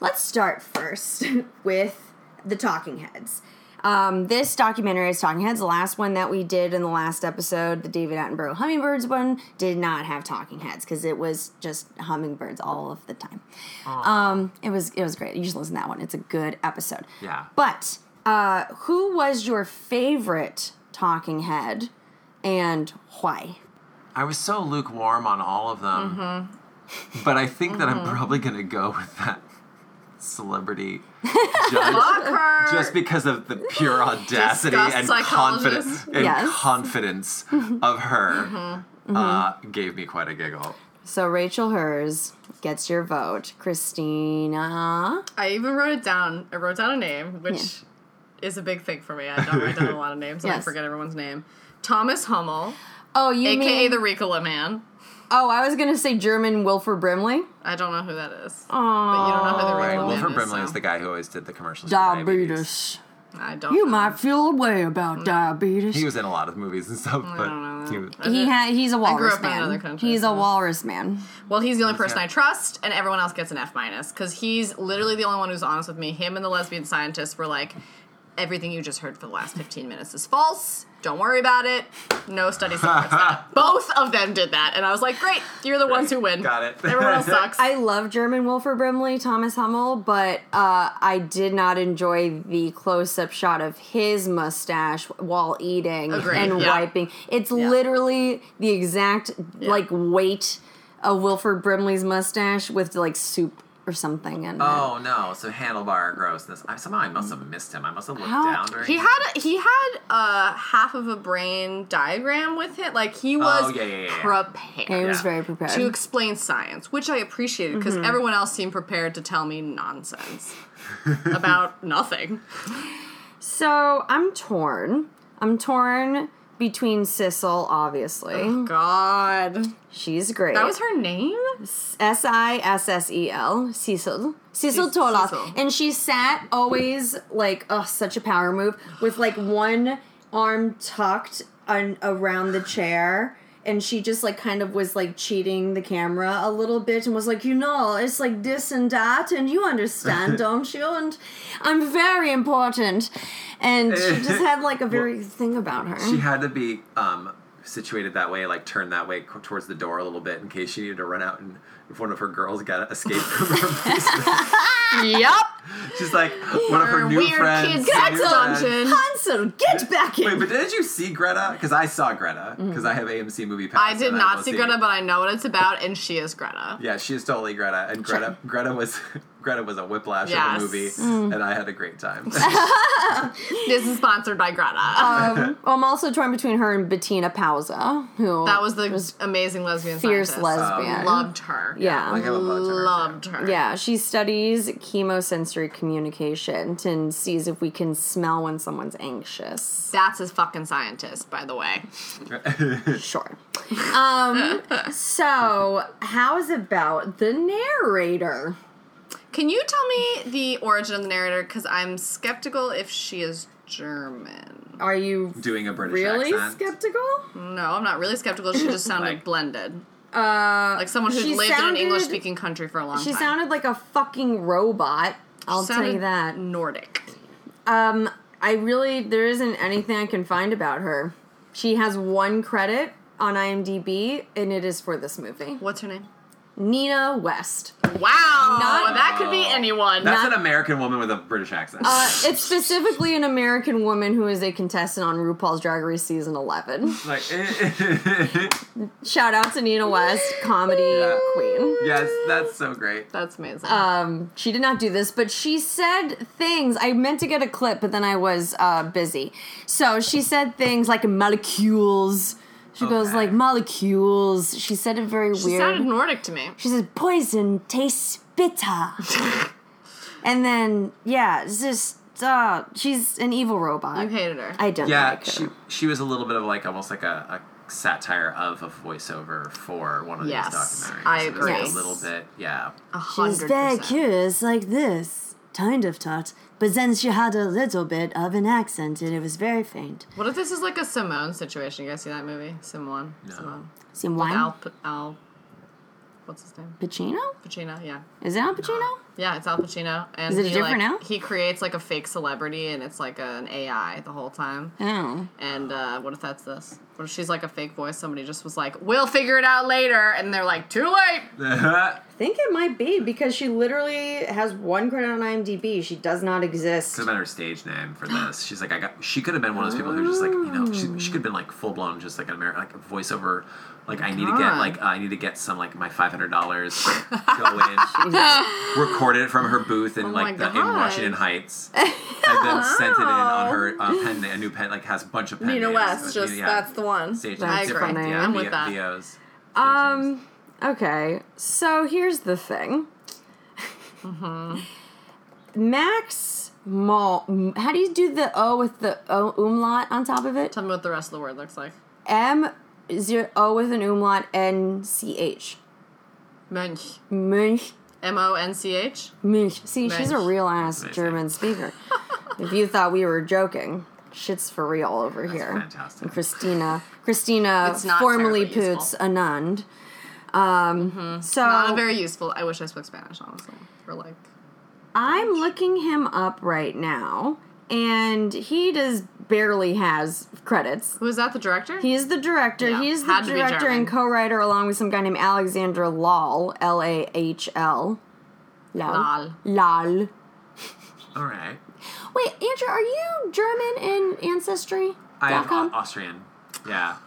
Speaker 2: let's start first with the Talking Heads. Um, this documentary is Talking Heads. The last one that we did in the last episode, the David Attenborough Hummingbirds one, did not have Talking Heads because it was just hummingbirds all of the time. Um, it was it was great. You should listen to that one. It's a good episode.
Speaker 4: Yeah.
Speaker 2: But uh, who was your favorite Talking Head, and why?
Speaker 4: I was so lukewarm on all of them, but I think that I'm probably gonna go with that celebrity judge.
Speaker 3: Awkward.
Speaker 4: Just because of the pure audacity
Speaker 3: Disgust
Speaker 4: and
Speaker 3: psychologist.
Speaker 4: confidence and
Speaker 2: Yes.
Speaker 4: confidence of her
Speaker 3: Mm-hmm.
Speaker 4: Uh, gave me quite a giggle.
Speaker 2: So Rachel Hers gets your vote. Christina.
Speaker 3: I even wrote it down. I wrote down a name, which is a big thing for me. I don't write down a lot of names. and I
Speaker 2: Yes.
Speaker 3: forget everyone's name. Thomas Hummel,
Speaker 2: Oh, you
Speaker 3: aka
Speaker 2: mean
Speaker 3: the Ricola Man.
Speaker 2: Oh, I was gonna say German Wilford Brimley.
Speaker 3: I don't know who that is.
Speaker 2: Oh,
Speaker 3: But you don't know who the
Speaker 4: Right,
Speaker 3: Ricola Man
Speaker 4: Wilford
Speaker 3: is.
Speaker 4: Brimley
Speaker 3: so
Speaker 4: is the guy who always did the commercials. for
Speaker 6: Diabetes.
Speaker 3: I don't.
Speaker 6: You
Speaker 3: know.
Speaker 6: might feel a way
Speaker 3: Mm.
Speaker 6: about diabetes.
Speaker 4: He was in a lot of movies and
Speaker 3: Oh,
Speaker 4: stuff, but he was,
Speaker 2: He ha- he's a walrus
Speaker 3: grew up in
Speaker 2: man.
Speaker 3: another country,
Speaker 2: he's a
Speaker 3: so-
Speaker 2: walrus man.
Speaker 3: Well, he's the only person
Speaker 4: that?
Speaker 3: I trust, and everyone else gets an F minus because he's literally the only one who's honest with me. Him and the lesbian scientist were like, everything you just heard for the last 15 minutes is false. Don't worry about it. No study supports that. Both of them did that, and I was like, great, you're the ones who win.
Speaker 4: Got it.
Speaker 3: Everyone else sucks.
Speaker 2: I love German Wilford Brimley, Thomas Hummel, but uh, I did not enjoy the close-up shot of his mustache while eating
Speaker 3: Agreed,
Speaker 2: and
Speaker 3: yeah.
Speaker 2: wiping. It's literally the exact like weight of Wilford Brimley's mustache with like soup or something in it.
Speaker 4: Oh no! So handlebar grossness. I, somehow I must have missed him. I must have looked
Speaker 2: How-
Speaker 4: down during.
Speaker 3: He had he had uh, half of a brain diagram with it. Like he was
Speaker 4: Oh, yeah, yeah, yeah, yeah.
Speaker 3: prepared.
Speaker 2: He was
Speaker 4: Yeah.
Speaker 2: very Mm-hmm. prepared.
Speaker 3: to explain science, which I appreciated because everyone else seemed prepared to tell me nonsense about nothing.
Speaker 2: So I'm torn. I'm torn between Sissel, obviously.
Speaker 3: God,
Speaker 2: She's great.
Speaker 3: Oh that was her name.
Speaker 2: S I S S E L, Cecil. Cecil Toloff.
Speaker 3: Cecil.
Speaker 2: And she sat always like, oh, such a power move, with like one arm tucked on, around the chair. And she just like kind of was like cheating the camera a little bit and was like, you know, it's like this and that, and you understand, don't you? And I'm very important. And she just had like a very thing about her.
Speaker 3: Mm.
Speaker 4: she had to be um, situated that way, like turned that way co- towards the door a little bit in case she needed to run out and if one of her girls got escaped from her. basement.
Speaker 3: Yep,
Speaker 4: She's like one of her
Speaker 3: Her
Speaker 4: new
Speaker 3: weird
Speaker 4: friends.
Speaker 3: kids
Speaker 4: her
Speaker 3: sex
Speaker 4: new friends.
Speaker 3: dungeon.
Speaker 2: Hansel, get back in!
Speaker 4: Wait, but didn't you see Greta? Because I saw Greta. Because I have AMC movie pass.
Speaker 3: Mm. I did
Speaker 4: and
Speaker 3: not
Speaker 4: will
Speaker 3: see Greta, but I know what it's about, and she is Greta.
Speaker 4: Yeah, she's totally Greta, and Greta Greta was Greta was a whiplash
Speaker 3: Yes. Mm.
Speaker 4: of a movie, and I had a great time.
Speaker 3: This is sponsored by Greta.
Speaker 2: Um, I'm also torn between her and Bettina Pauza, who
Speaker 3: that was the amazing lesbian
Speaker 2: fierce
Speaker 3: scientist.
Speaker 2: lesbian.
Speaker 3: Loved her.
Speaker 2: yeah,
Speaker 4: Like, I would love to her, too.
Speaker 3: loved her.
Speaker 2: yeah. She studies chemosensory communication and sees if we can smell when someone's anxious.
Speaker 3: That's his fucking scientist, by the way.
Speaker 2: Sure. Um, so how's about the narrator?
Speaker 3: Can you tell me the origin of the narrator? Because I'm skeptical if she is German.
Speaker 2: Are you
Speaker 4: doing a British
Speaker 2: really
Speaker 4: accent.
Speaker 2: skeptical?
Speaker 3: No, I'm not really skeptical. She just sounded
Speaker 4: Like-
Speaker 3: blended.
Speaker 2: Uh,
Speaker 3: Like someone who's
Speaker 2: She
Speaker 3: lived in an
Speaker 2: sounded-
Speaker 3: English speaking country for a long
Speaker 2: she
Speaker 3: time.
Speaker 2: sounded like a fucking robot. I'll tell you
Speaker 3: Sounded
Speaker 2: that.
Speaker 3: Nordic.
Speaker 2: Um, I really there isn't anything I can find about her. She has one credit on IMDb, and it is for this movie.
Speaker 3: What's her name?
Speaker 2: Nina West.
Speaker 3: Wow.
Speaker 2: Not-
Speaker 3: that could be anyone.
Speaker 4: That's
Speaker 2: Not-
Speaker 4: an American woman with a British accent.
Speaker 3: Oh,
Speaker 2: Uh, it's specifically an American woman who is a contestant on RuPaul's Drag Race season eleven.
Speaker 4: like,
Speaker 2: Shout out to Nina West, comedy
Speaker 4: Yeah.
Speaker 2: queen.
Speaker 4: yes, that's so great.
Speaker 3: That's amazing.
Speaker 2: Um, she did not do this, but she said things. I meant to get a clip, but then I was uh, busy. So she said things like molecules. She goes
Speaker 4: Okay.
Speaker 2: like molecules. She said it very
Speaker 3: she
Speaker 2: weird.
Speaker 3: sounded Nordic to me.
Speaker 2: She says poison tastes bitter. and then yeah, it's just uh, she's an evil robot.
Speaker 3: You hated her.
Speaker 2: I don't
Speaker 3: Oh
Speaker 4: Yeah,
Speaker 2: like her.
Speaker 4: she she was a little bit of like almost like a, a satire of a voiceover for one of
Speaker 3: Yes,
Speaker 4: these documentaries.
Speaker 3: I
Speaker 4: It was, like,
Speaker 2: agree.
Speaker 4: a little bit, yeah.
Speaker 3: A
Speaker 7: She's
Speaker 3: hundred
Speaker 7: very
Speaker 3: percent.
Speaker 7: curious, like this, kind of tut, but then she had a little bit of an accent and it was very faint.
Speaker 3: What if this is like a Simone situation? You guys see that movie? Simone. Simone.
Speaker 7: Seem wine?
Speaker 3: Al, Al. What's his name?
Speaker 7: Pacino?
Speaker 3: Pacino. Yeah.
Speaker 7: Is it Al Pacino?
Speaker 3: Yeah, it's Al Pacino. And
Speaker 7: Is it
Speaker 3: he,
Speaker 7: different
Speaker 3: like,
Speaker 7: now?
Speaker 3: He creates like a fake celebrity, and it's like an AI the whole time.
Speaker 7: Oh.
Speaker 3: And uh, what if that's this? What if she's like a fake voice? Somebody just was like, "We'll figure it out later," and they're like, "Too late." Um,
Speaker 2: I think it might be because she literally has one credit on IMDb. She does not exist.
Speaker 4: could have been her stage name for this. She's like, I got. She could have been one of those people who just like, you know, she, she could have been like full blown, just like an American, like a voiceover. Like I need to get
Speaker 3: God.
Speaker 4: like I need to get some like my five hundred dollars. Go in, record it from her booth in
Speaker 3: Oh
Speaker 4: like
Speaker 3: my
Speaker 4: the, in
Speaker 3: God.
Speaker 4: Washington Heights, and then sent it in on her uh, pen, a new pen, like has a bunch of pen.
Speaker 3: Nina
Speaker 4: names,
Speaker 3: West,
Speaker 4: but,
Speaker 3: just
Speaker 4: yeah,
Speaker 3: that's the one.
Speaker 4: Stage
Speaker 3: I
Speaker 4: names,
Speaker 3: agree.
Speaker 4: different, yeah,
Speaker 3: I'm with
Speaker 4: V-
Speaker 3: that.
Speaker 4: VOs, stage names.
Speaker 2: Um, okay. So here's the thing. Mm-hmm. Max Mal. How do you do the O with the O umlaut on top of it?
Speaker 3: Tell me what the rest of the word looks like.
Speaker 2: M zero O with an umlaut N C H.
Speaker 3: Mönch.
Speaker 2: Münch.
Speaker 3: M O N C H.
Speaker 2: Münch. See, she's a
Speaker 3: Münch.
Speaker 2: real ass
Speaker 4: Amazing.
Speaker 2: German speaker. if you thought we were joking, shit's for real over here.
Speaker 4: Fantastic.
Speaker 2: Christina. Christina,
Speaker 3: It's not
Speaker 2: formerly
Speaker 3: terribly
Speaker 2: Poots
Speaker 3: useful. Mm-hmm.
Speaker 2: Anand. Um, So
Speaker 3: Not very useful. I wish I spoke Spanish, honestly. Or like,
Speaker 2: I'm looking him up right now, and he just barely has credits.
Speaker 3: who is that? The director?
Speaker 2: He is the director.
Speaker 3: Yeah,
Speaker 2: he is the
Speaker 3: had to be
Speaker 2: director and
Speaker 3: German.
Speaker 2: co-writer along with some guy named Alexander Lal, L A H L.
Speaker 3: Lal.
Speaker 2: Lal.
Speaker 4: All right,
Speaker 2: Wait, Andrew, are you German in ancestry?
Speaker 4: I am
Speaker 2: Dot com?
Speaker 4: Au- Austrian. Yeah.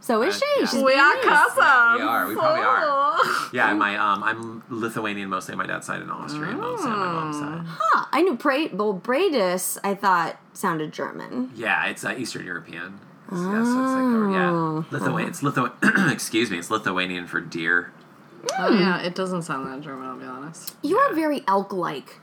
Speaker 2: so is
Speaker 4: uh,
Speaker 2: she?
Speaker 4: yeah.
Speaker 2: She's
Speaker 3: we are
Speaker 4: Yeah,
Speaker 3: cousins.
Speaker 4: we are. We probably are. Yeah, my um, I'm Lithuanian mostly on my dad's side and Austrian mostly on my mom's side.
Speaker 2: huh. I knew Bra- well, Bradis. I thought sounded German.
Speaker 4: Yeah, it's uh, Eastern European. It's- Yeah, so it's like the, yeah, Lithuanian. It's Lithu- Excuse me, it's Lithuanian for deer.
Speaker 3: Oh, yeah, it doesn't sound that German. I'll be honest.
Speaker 2: You are very elk-like.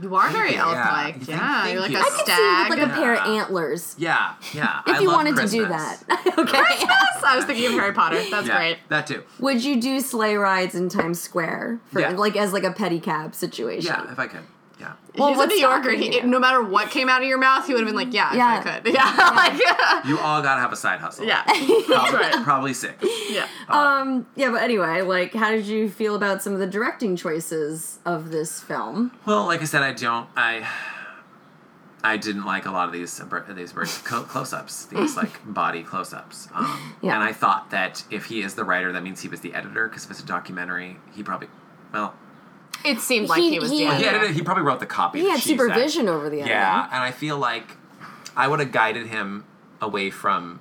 Speaker 3: You are very
Speaker 4: you, yeah.
Speaker 3: elk-like.
Speaker 4: Thank-
Speaker 3: Yeah,
Speaker 4: thank
Speaker 3: you're like
Speaker 4: you.
Speaker 3: a
Speaker 4: I could
Speaker 2: See you
Speaker 3: stag.
Speaker 2: with like a pair of antlers.
Speaker 4: Yeah, yeah.
Speaker 2: If
Speaker 4: I
Speaker 2: you
Speaker 4: love
Speaker 2: wanted to do
Speaker 4: Christmas.
Speaker 2: that, okay.
Speaker 3: Yes, I was thinking of Harry Potter. That's
Speaker 4: yeah,
Speaker 3: great.
Speaker 4: That too.
Speaker 2: Would you do sleigh rides in Times Square for
Speaker 4: Yeah.
Speaker 2: like as like a pedicab situation?
Speaker 4: Yeah, if I could. Yeah.
Speaker 2: Well,
Speaker 3: He's a
Speaker 2: what's
Speaker 3: New Yorker.
Speaker 2: stopping
Speaker 3: He,
Speaker 2: you?
Speaker 3: no matter what came out of your mouth, he would have been like, "Yeah,
Speaker 2: Yeah.
Speaker 3: if I could." Yeah, like yeah,
Speaker 4: You all gotta have a side hustle.
Speaker 3: yeah.
Speaker 4: Probably,
Speaker 3: right.
Speaker 4: probably sick.
Speaker 3: yeah.
Speaker 2: Um. Yeah, but anyway, like, how did you feel about some of the directing choices of this film?
Speaker 4: Well, like I said, I don't. I I didn't like a lot of these abr- these words co- close-ups, these like body close-ups. Um,
Speaker 2: Yeah.
Speaker 4: And I thought that if he is the writer, that means he was the editor. Because if it's a documentary, he probably well
Speaker 3: It seemed like he,
Speaker 2: He-
Speaker 3: was
Speaker 2: he-
Speaker 3: the
Speaker 4: he
Speaker 2: Yeah.
Speaker 4: edited. He probably wrote the copy.
Speaker 2: He
Speaker 4: that
Speaker 2: had
Speaker 4: she
Speaker 2: supervision
Speaker 4: sent.
Speaker 2: over the other.
Speaker 4: Yeah, and I feel like I would have guided him away from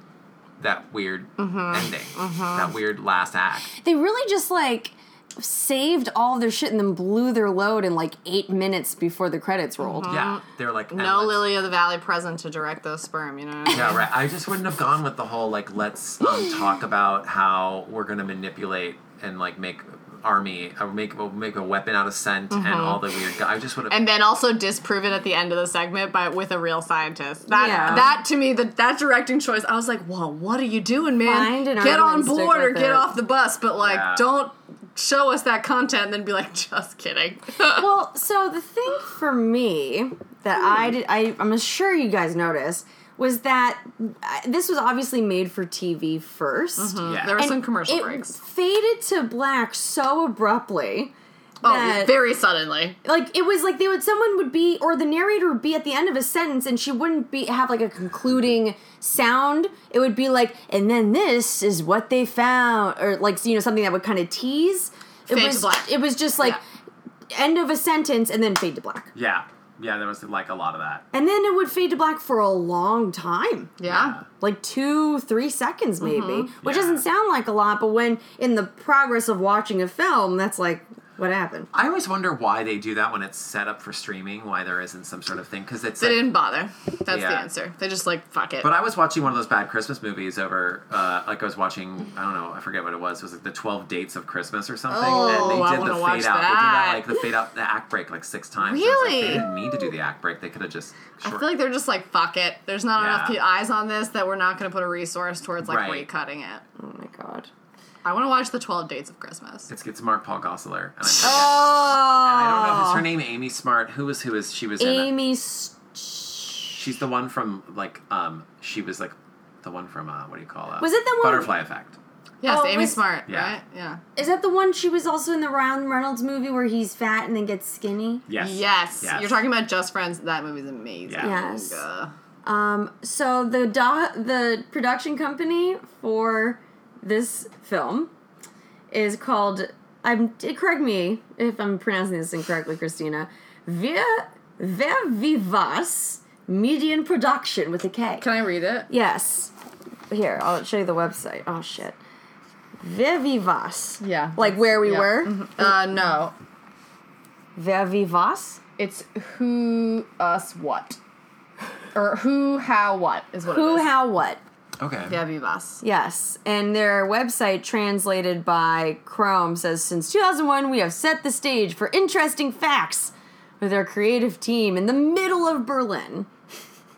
Speaker 4: that weird
Speaker 2: Mm-hmm.
Speaker 4: ending, that weird last act.
Speaker 2: They really just like saved all of their shit and then blew their load in like eight minutes before the credits rolled.
Speaker 4: Yeah, they're like and
Speaker 3: No
Speaker 4: let's-
Speaker 3: Lily of the Valley present to direct those sperm. You know. What I mean?
Speaker 4: Yeah, right. I just wouldn't have gone with the whole like let's um, talk about how we're gonna manipulate and like make army or make make a weapon out of scent and all the weird. gu- I just would have.
Speaker 3: Mm-hmm. And then also disprove it at the end of the segment by with a real scientist. That
Speaker 2: Yeah.
Speaker 3: that to me, that that directing choice, I was like, "Whoa, what are you doing, man?
Speaker 2: Find an argument
Speaker 3: get on
Speaker 2: and stick
Speaker 3: board or
Speaker 2: with
Speaker 3: get
Speaker 2: it."
Speaker 3: off the bus." But like,
Speaker 4: Yeah.
Speaker 3: don't show us that content and then be like, "Just kidding."
Speaker 2: Well, so the thing for me that
Speaker 3: Hmm.
Speaker 2: I did, I, I'm sure you guys noticed was that uh, this was obviously made for TV 1st
Speaker 4: Yeah.
Speaker 3: There were some
Speaker 2: and
Speaker 3: commercial
Speaker 2: it
Speaker 3: breaks.
Speaker 2: Faded to black so abruptly.
Speaker 3: Oh,
Speaker 2: that-
Speaker 3: very suddenly.
Speaker 2: like it was like they would someone would be or the narrator would be at the end of a sentence and she wouldn't be have like a concluding sound it would be like and then this is what they found or like you know something that would kind of tease it
Speaker 3: Fade to
Speaker 2: was
Speaker 3: black.
Speaker 2: it was just like end of a sentence and then fade to black
Speaker 4: Yeah. Yeah, there was like a lot of that.
Speaker 2: and then it would fade to black for a long time
Speaker 3: Yeah.
Speaker 2: like two, three seconds maybe,
Speaker 3: Mm-hmm.
Speaker 2: which
Speaker 4: Yeah.
Speaker 2: doesn't sound like a lot, but when in the progress of watching a film, that's like what happened.
Speaker 4: I always wonder why they do that when it's set up for streaming, why there isn't some sort of thing. Because it's.
Speaker 3: They
Speaker 4: like-
Speaker 3: didn't bother. That's the
Speaker 4: Yeah.
Speaker 3: answer. They just like fuck it.
Speaker 4: But I was watching one of those bad Christmas movies over, uh, like I was watching, I don't know, I forget what it was. It was like the Twelve Dates of Christmas or something,
Speaker 3: Oh,
Speaker 4: and they
Speaker 3: I
Speaker 4: did the
Speaker 3: wanna
Speaker 4: fade out.
Speaker 3: watch
Speaker 4: They did that
Speaker 3: that.
Speaker 4: like the fade out, the act break like six times. So I was like,
Speaker 3: Really?
Speaker 4: they didn't need to do the act break. They could have just.
Speaker 3: I
Speaker 4: Short-
Speaker 3: feel like they're just like fuck it. There's not enough pe-
Speaker 4: Yeah.
Speaker 3: eyes on this that we're not going to put a resource towards like
Speaker 4: Right.
Speaker 3: rate cutting it.
Speaker 2: Oh my god.
Speaker 3: I want to watch the Twelve Dates of Christmas.
Speaker 4: it's, it's Mark Paul Gosselaar. And I, I don't know
Speaker 2: Oh,
Speaker 4: if it's her name, Amy Smart. Who was who is she was in? it.
Speaker 2: Amy. St-
Speaker 4: She's the one from like um she was like the one from uh what do you call that?
Speaker 2: Was it the one-
Speaker 4: Butterfly Effect?
Speaker 3: Yes,
Speaker 2: Oh,
Speaker 3: Amy
Speaker 2: was-
Speaker 3: Smart.
Speaker 4: Yeah.
Speaker 3: Right? Yeah.
Speaker 2: is that the one she was also in the Ryan Reynolds movie where he's fat and then gets skinny?
Speaker 4: Yes.
Speaker 3: Yes. You're talking about Just Friends. That movie's amazing.
Speaker 4: Yeah.
Speaker 2: Yes.
Speaker 3: Uh,
Speaker 2: Um, so the do- the production company for this film is called. I'm correct me if I'm pronouncing this incorrectly, Christina. Via Ver Vivas Median Production with a K.
Speaker 3: Can I read it?
Speaker 2: yes. Here, I'll show you the website. Oh shit. Ver Vivas.
Speaker 3: Yeah.
Speaker 2: Like where we
Speaker 3: Yeah.
Speaker 2: were.
Speaker 3: Uh, no.
Speaker 2: Ver Vivas.
Speaker 3: It's who, us, what. Or who, how, what is what
Speaker 2: Who,
Speaker 3: it is.
Speaker 2: how, what?
Speaker 4: Okay.
Speaker 3: Yeah, Vivas.
Speaker 2: Yes, and their website, translated by Chrome, says since 2001, we have set the stage for interesting facts with our creative team in the middle of Berlin.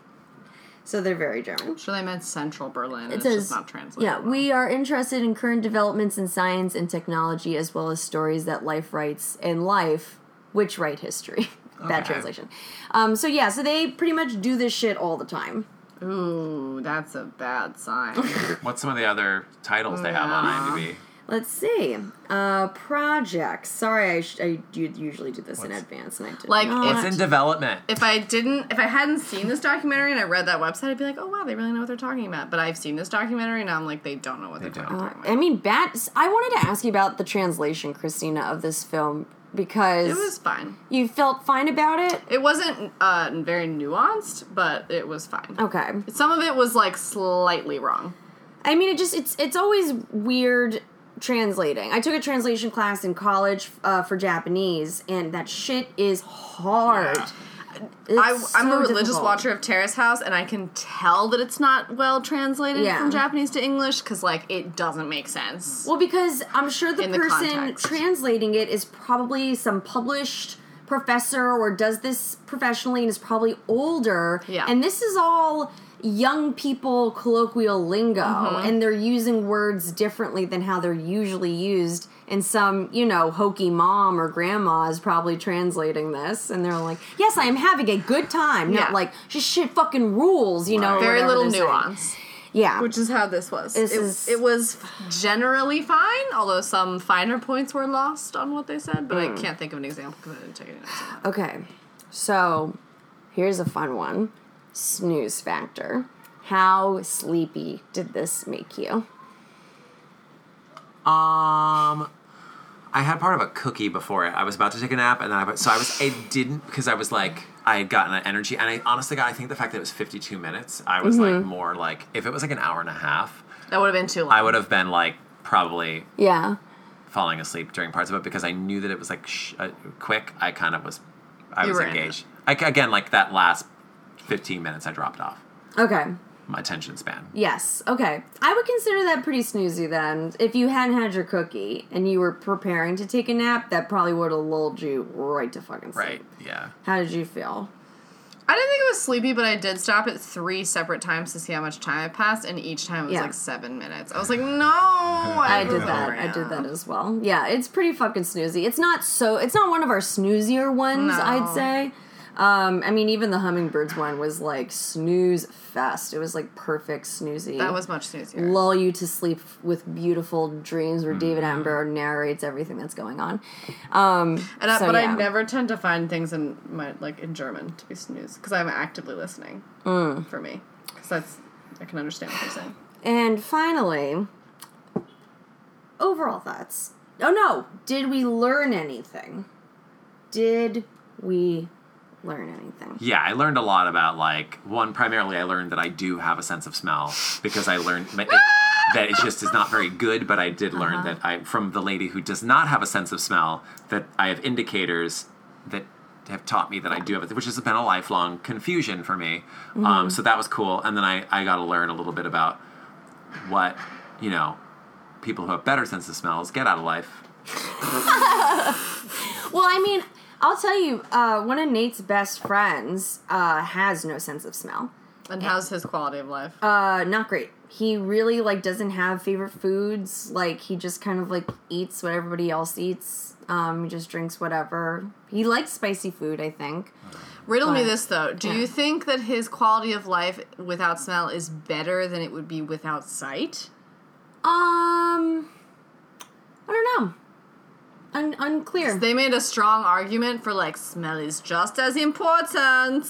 Speaker 2: so they're very German.
Speaker 3: Sure, they meant Central Berlin.
Speaker 2: It
Speaker 3: it's
Speaker 2: says,
Speaker 3: just not translated.
Speaker 2: yeah, we are interested in current developments in science and technology, as well as stories that life writes and life, which write history. Bad
Speaker 4: Okay.
Speaker 2: translation. Um, so yeah, so they pretty much do this shit all the time.
Speaker 3: Ooh, that's a bad sign.
Speaker 4: What's some of the other titles they have on IMDb?
Speaker 2: Let's see. Uh, projects. Sorry, I, sh- I u- usually do this in advance, and I did
Speaker 3: Like,
Speaker 2: not.
Speaker 4: It's in development.
Speaker 3: if I didn't, if I hadn't seen this documentary and I read that website, I'd be like, oh wow, they really know what they're talking about. But I've seen this documentary and I'm like, they don't know what they're
Speaker 4: don't.
Speaker 3: talking about.
Speaker 2: I mean, bats. I wanted to ask you about the translation, Christina, of this film because
Speaker 3: It was fine.
Speaker 2: you felt fine about it.
Speaker 3: It wasn't uh, very nuanced, but it was fine.
Speaker 2: Okay.
Speaker 3: Some of it was like slightly wrong.
Speaker 2: I mean, it just it's it's always weird translating. I took a translation class in college uh, for Japanese, and that shit is hard.
Speaker 3: I,
Speaker 2: It's
Speaker 3: I'm a
Speaker 2: so
Speaker 3: religious
Speaker 2: difficult.
Speaker 3: watcher of Terrace House, and I can tell that it's not well translated
Speaker 2: Yeah.
Speaker 3: from Japanese to English because, like, it doesn't make sense.
Speaker 2: Well, because I'm sure the
Speaker 3: In the
Speaker 2: person
Speaker 3: context.
Speaker 2: translating it is probably some published professor or does this professionally and is probably older.
Speaker 3: Yeah.
Speaker 2: And this is all young people colloquial lingo
Speaker 3: Mm-hmm.
Speaker 2: and they're using words differently than how they're usually used. And some, you know, hokey mom or grandma is probably translating this and they're like, Yes, I am having a good time. Not
Speaker 3: Yeah.
Speaker 2: like just shit fucking rules, you know. or
Speaker 3: Very
Speaker 2: whatever
Speaker 3: little
Speaker 2: they're saying.
Speaker 3: nuance,
Speaker 2: Yeah.
Speaker 3: which is how this was.
Speaker 2: This
Speaker 3: It-
Speaker 2: is-
Speaker 3: it was generally fine, although some finer points were lost on what they said. But
Speaker 2: Hmm.
Speaker 3: I can't think of an example because I didn't take any notes. on that.
Speaker 2: Okay, so here's a fun one snooze factor. How sleepy did this make you?
Speaker 4: Um, I had part of a cookie before it. I was about to take a nap, and then I so I was I didn't because I was like I had gotten an energy, and I honestly God, I think the fact that it was fifty two minutes, I was
Speaker 3: Mm-hmm.
Speaker 4: like more like if it was like an hour and a half,
Speaker 3: That would have been too long.
Speaker 4: I would have been like probably
Speaker 2: Yeah.
Speaker 4: falling asleep during parts of it because I knew that it was like sh- uh, quick. I kind of was I
Speaker 3: You
Speaker 4: was
Speaker 3: were in it.
Speaker 4: engaged. I, again, like that last fifteen minutes, I dropped off
Speaker 2: Okay.
Speaker 4: my attention span.
Speaker 2: Yes. Okay. I would consider that pretty snoozy then. If you hadn't had your cookie and you were preparing to take a nap, that probably would have lulled you right to fucking sleep.
Speaker 4: Right? Yeah.
Speaker 2: How did you feel?
Speaker 3: I didn't think it was sleepy, but I did stop it three separate times to see how much time had passed, and each time it was
Speaker 2: Yeah.
Speaker 3: like seven minutes. I was like, no, I,
Speaker 2: I did that. I did that as well. Yeah, it's pretty fucking snoozy. It's not so. It's not one of our snoozier ones,
Speaker 3: No.
Speaker 2: I'd say. Um, I mean, even the hummingbirds one was like snooze fest. It was like perfect snoozy.
Speaker 3: That was much snoozier.
Speaker 2: lull you to sleep with beautiful dreams where David
Speaker 3: Mm-hmm.
Speaker 2: Attenborough narrates everything that's going on. Um,
Speaker 3: And I,
Speaker 2: so,
Speaker 3: but
Speaker 2: yeah.
Speaker 3: I never tend to find things in my like in German to be snooze because I'm actively listening
Speaker 2: Hmm.
Speaker 3: for me because that's I can understand what you're saying.
Speaker 2: And finally, overall thoughts. Oh no, did we learn anything? Did we learn anything?
Speaker 4: Yeah, I learned a lot about like one. Primarily, I learned that I do have a sense of smell because I learned that it, that it just is not very good. But I did learn that I from the lady who does not have a sense of smell that I have indicators that have taught me that I do have it, which has been a lifelong confusion for me. Um, so that was cool. And then I I got to learn a little bit about what you know people who have better sense of smells get out of life.
Speaker 2: Well, I mean, I'll tell you, uh, one of Nate's best friends uh, has no sense of smell.
Speaker 3: And how's his quality of life?
Speaker 2: uh, not great. He really like doesn't have favorite foods. Like he just kind of like eats what everybody else eats. Um, he just drinks whatever. He likes spicy food, I think.
Speaker 3: Riddle me this though: Do you think that his quality of life without smell is better than it would be without sight?
Speaker 2: Um, I don't know. Un- unclear.
Speaker 3: They made a strong argument for like smell is just as important.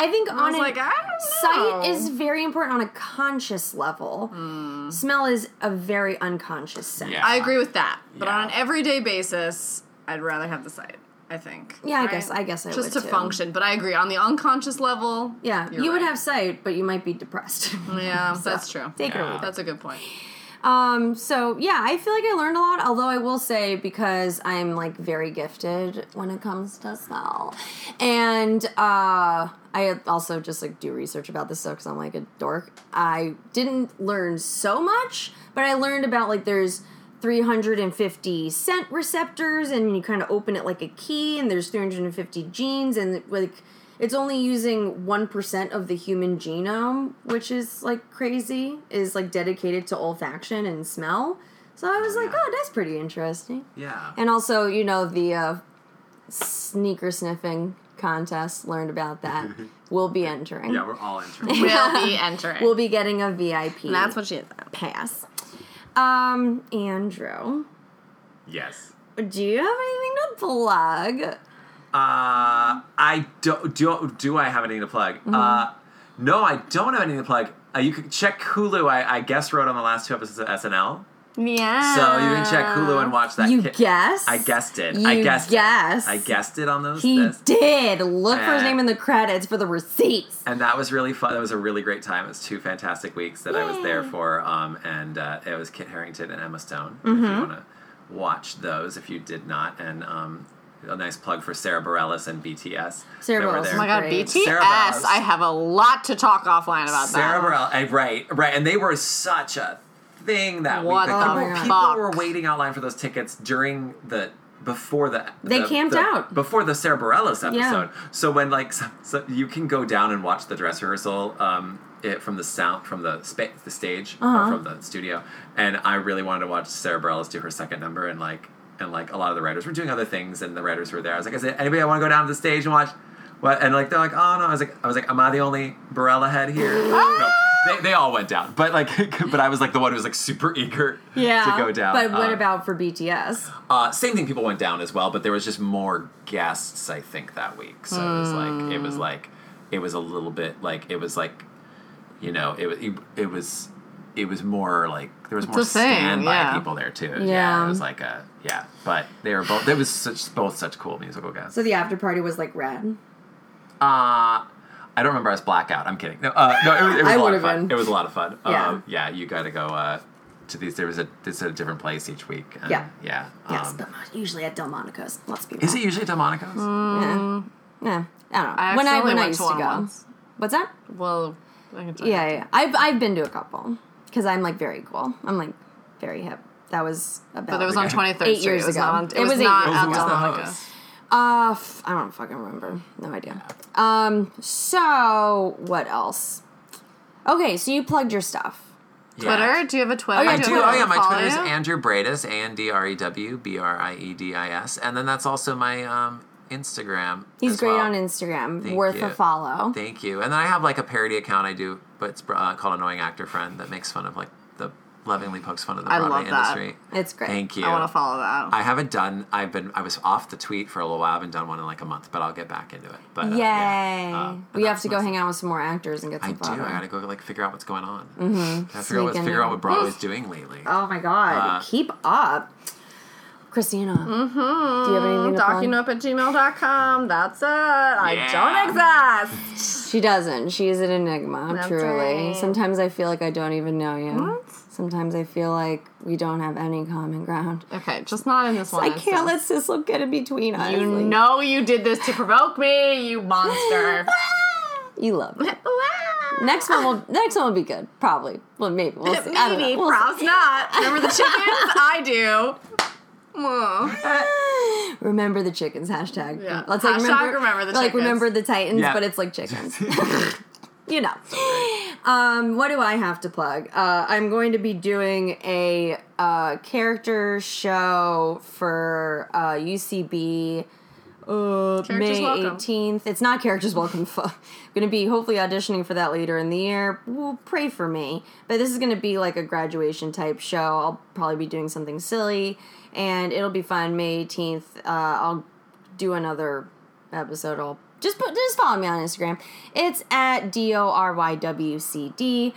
Speaker 2: I think
Speaker 3: I
Speaker 2: on
Speaker 3: was
Speaker 2: an-
Speaker 3: like, I don't know.
Speaker 2: sight is very important on a conscious level.
Speaker 3: Hmm.
Speaker 2: Smell is a very unconscious sense.
Speaker 4: Yeah.
Speaker 3: I agree with that, but
Speaker 4: Yeah.
Speaker 3: on an everyday basis, I'd rather have the sight. I think.
Speaker 2: Yeah, I
Speaker 3: Right?
Speaker 2: guess- I guess I
Speaker 3: just
Speaker 2: would,
Speaker 3: to
Speaker 2: too.
Speaker 3: function. But I agree on the unconscious level.
Speaker 2: Yeah,
Speaker 3: you're
Speaker 2: you would
Speaker 3: right.
Speaker 2: have sight, but you might be depressed.
Speaker 3: Yeah, that's true.
Speaker 2: Take it or
Speaker 4: Yeah.
Speaker 2: leave it.
Speaker 3: That's a good point.
Speaker 2: Um, so yeah, I feel like I learned a lot, although I will say because I'm like very gifted when it comes to smell. And uh I also just like do research about this stuff because I'm like a dork. I didn't learn so much, but I learned about like there's 350 scent receptors and you kind of open it like a key and there's 350 genes and like it's only using 1% of the human genome which is like crazy is like dedicated to olfaction and smell so i was like oh that's pretty interesting
Speaker 4: Yeah.
Speaker 2: and also you know the uh, sneaker sniffing contest learned about that we'll be entering
Speaker 4: Mm-hmm. yeah, we're all entering.
Speaker 3: We'll be entering.
Speaker 2: we'll be getting a vip
Speaker 3: that's what she is.
Speaker 2: pass um andrew
Speaker 4: yes.
Speaker 2: do you have anything to plug?
Speaker 4: Uh, I don't do. Do I have anything to plug?
Speaker 2: Mm-hmm.
Speaker 4: Uh, no, I don't have anything to plug. Uh, you can check Hulu. I, I guess wrote on the last two episodes of SNL,
Speaker 3: Yeah.
Speaker 4: so you can check Hulu and watch that.
Speaker 2: You
Speaker 4: ki-
Speaker 2: guess?
Speaker 4: I guessed it.
Speaker 2: You
Speaker 4: I guessed.
Speaker 2: guess.
Speaker 4: It. I guessed it on those.
Speaker 2: He
Speaker 4: this.
Speaker 2: did. Look for his
Speaker 4: Uh,
Speaker 2: name in the credits for the receipts.
Speaker 4: And that was really fun. That was a really great time. It was two fantastic weeks that I was there for. Um, and uh, it was Kit Harrington and Emma Stone. If
Speaker 2: Mm-hmm.
Speaker 4: you want to watch those, if you did not, and um, a nice plug for Sarah Bareilles and BTS.
Speaker 2: Sarah
Speaker 4: that were
Speaker 2: Bareilles.
Speaker 4: there.
Speaker 2: Oh
Speaker 3: Oh my god,
Speaker 2: Great.
Speaker 3: BTS.
Speaker 4: Sarah Bowers.
Speaker 3: I have a lot to talk offline about that.
Speaker 4: Sarah Burrell, eh, right, right, and they were such a thing that
Speaker 3: What
Speaker 4: week. Like,
Speaker 3: the
Speaker 4: people,
Speaker 2: fuck?
Speaker 4: people were waiting online for those tickets during the before the
Speaker 2: They
Speaker 4: the-
Speaker 2: camped
Speaker 4: the-
Speaker 2: out.
Speaker 4: before the Sarah Bareilles episode.
Speaker 2: Yeah.
Speaker 4: So when like so, so you can go down and watch the dress rehearsal um, it, from the sound from the spa- the stage
Speaker 2: Uh-huh.
Speaker 4: or from the studio, and I really wanted to watch Sarah Bareilles do her second number and like and like a lot of the writers were doing other things and the writers were there. I was like, is it anybody I want to go down to the stage and watch? What? And like they're like, oh no. I was like, I was like, am I the only Barella head here? no, they, they all went down, but like, but I was like the one who was like super eager to go down.
Speaker 2: But what
Speaker 4: Um,
Speaker 2: about for BTS?
Speaker 4: uh, same thing. People went down as well, but there was just more guests. I think that week, so it was like it was
Speaker 2: Hmm.
Speaker 4: like it was a little bit like it was like you know it was it was it was more like there was more
Speaker 3: a thing,
Speaker 4: standby
Speaker 3: yeah.
Speaker 4: people there too. Yeah.
Speaker 2: Yeah.
Speaker 4: it was like a yeah, but they were both. There was such both such cool musical guests.
Speaker 2: So the after party was like rad.
Speaker 4: Uh, I don't remember us blackout. I'm kidding. No, uh, no, it was, it was
Speaker 2: I
Speaker 4: a lot
Speaker 2: would've
Speaker 4: of fun.
Speaker 2: been.
Speaker 4: It was a lot of fun.
Speaker 2: Yeah.
Speaker 4: um, yeah. You got to go uh, to these. There was a it's a different place each week. and
Speaker 2: Yeah.
Speaker 4: yeah.
Speaker 2: Yes,
Speaker 4: um,
Speaker 2: but not usually at Delmonico's. Lots of people.
Speaker 4: is it usually Delmonico's?
Speaker 2: Yeah. Mm. Yeah. I don't know.
Speaker 3: I
Speaker 2: when I
Speaker 3: accidentally
Speaker 2: when I
Speaker 3: went
Speaker 2: used
Speaker 3: to
Speaker 2: to,
Speaker 3: one
Speaker 2: go.
Speaker 3: once.
Speaker 2: What's that?
Speaker 3: Well, I can tell
Speaker 2: Yeah, yeah. yeah. I've I've been to a couple because I'm like very cool. I'm like very hip. That was about.
Speaker 3: But it was on 23rd
Speaker 2: Eight
Speaker 3: Street.
Speaker 2: years
Speaker 3: it was
Speaker 2: ago.
Speaker 3: Not on, it,
Speaker 2: It
Speaker 3: was,
Speaker 2: was eight
Speaker 3: not
Speaker 2: years
Speaker 3: at
Speaker 4: Who was the
Speaker 3: Delmonico's.
Speaker 4: host?
Speaker 2: Uh, f- I don't fucking remember. No idea. Um. So what else? Okay, so you plugged your stuff.
Speaker 4: Yeah.
Speaker 3: Twitter? Do you have a Twitter?
Speaker 2: yeah,
Speaker 4: I
Speaker 3: you
Speaker 4: do.
Speaker 3: have a
Speaker 4: Oh yeah, my
Speaker 3: follow
Speaker 4: Twitter is
Speaker 3: you?
Speaker 4: Andrew Bredis, A N D R E W B R I E D I S, and then that's also my um, Instagram.
Speaker 2: He's
Speaker 4: as
Speaker 2: great
Speaker 4: well.
Speaker 2: on Instagram.
Speaker 4: Thank
Speaker 2: Worth
Speaker 4: you.
Speaker 2: a follow.
Speaker 4: Thank you. And then I have like a parody account I do, but it's uh, called Annoying Actor Friend that makes fun of like the lovingly pokes fun of the
Speaker 3: I
Speaker 4: Broadway
Speaker 3: love that.
Speaker 4: industry.
Speaker 2: It's great.
Speaker 4: Thank you.
Speaker 3: I want to follow that.
Speaker 4: I haven't done. I've been. I was off the tweet for a little while. I haven't done one in like a month, but I'll get back into it. But uh,
Speaker 2: Yay.
Speaker 4: yeah. Uh,
Speaker 2: we have
Speaker 4: that's
Speaker 2: to go
Speaker 4: my-
Speaker 2: hang out with some more actors and get
Speaker 4: I
Speaker 2: some
Speaker 4: do.
Speaker 2: photos.
Speaker 4: I gotta go like figure out what's going on. Mm-hmm. I figure out, what,
Speaker 2: Sneak in
Speaker 4: figure out
Speaker 2: there.
Speaker 4: what Broadway's doing lately.
Speaker 2: Oh my god.
Speaker 4: Uh,
Speaker 2: Keep up. Christina. Mm-hmm. Do you have anything to plug?
Speaker 3: Docunope at gmail.com. That's it. I don't exist.
Speaker 2: She doesn't. She is an enigma,
Speaker 3: That's
Speaker 2: truly.
Speaker 3: right.
Speaker 2: Sometimes I feel like I don't even know you. Sometimes I feel like we don't have any common ground.
Speaker 3: Okay, just not in this one.
Speaker 2: I can't let Sislo get in between us.
Speaker 3: You know you did this to provoke me, you monster.
Speaker 2: You love it. Next one will next one will be good. Probably. Well maybe we'll see. I don't know.
Speaker 3: Maybe,
Speaker 2: We'll see.
Speaker 3: perhaps not. Remember the chickens? I do. Mm.
Speaker 2: Remember the chickens hashtag.
Speaker 3: Yeah.
Speaker 2: Let's like
Speaker 3: Hashtag
Speaker 2: remember,
Speaker 3: remember the
Speaker 2: like
Speaker 3: chickens.
Speaker 2: remember the Titans,
Speaker 4: Yeah.
Speaker 2: but it's like chickens. you know. Um, what do I have to plug? Uh, I'm going to be doing a uh, character show for uh, UCB. Uh,
Speaker 3: Characters
Speaker 2: May
Speaker 3: Welcome.
Speaker 2: 18th. It's not Characters Welcome. fu- I'm going to be hopefully auditioning for that later in the year. Well, pray for me. But this is going to be like a graduation type show. I'll probably be doing something silly and it'll be fun. May 18th, uh, I'll do another episode. I'll just put, just follow me on Instagram. It's at D O R Y W C D.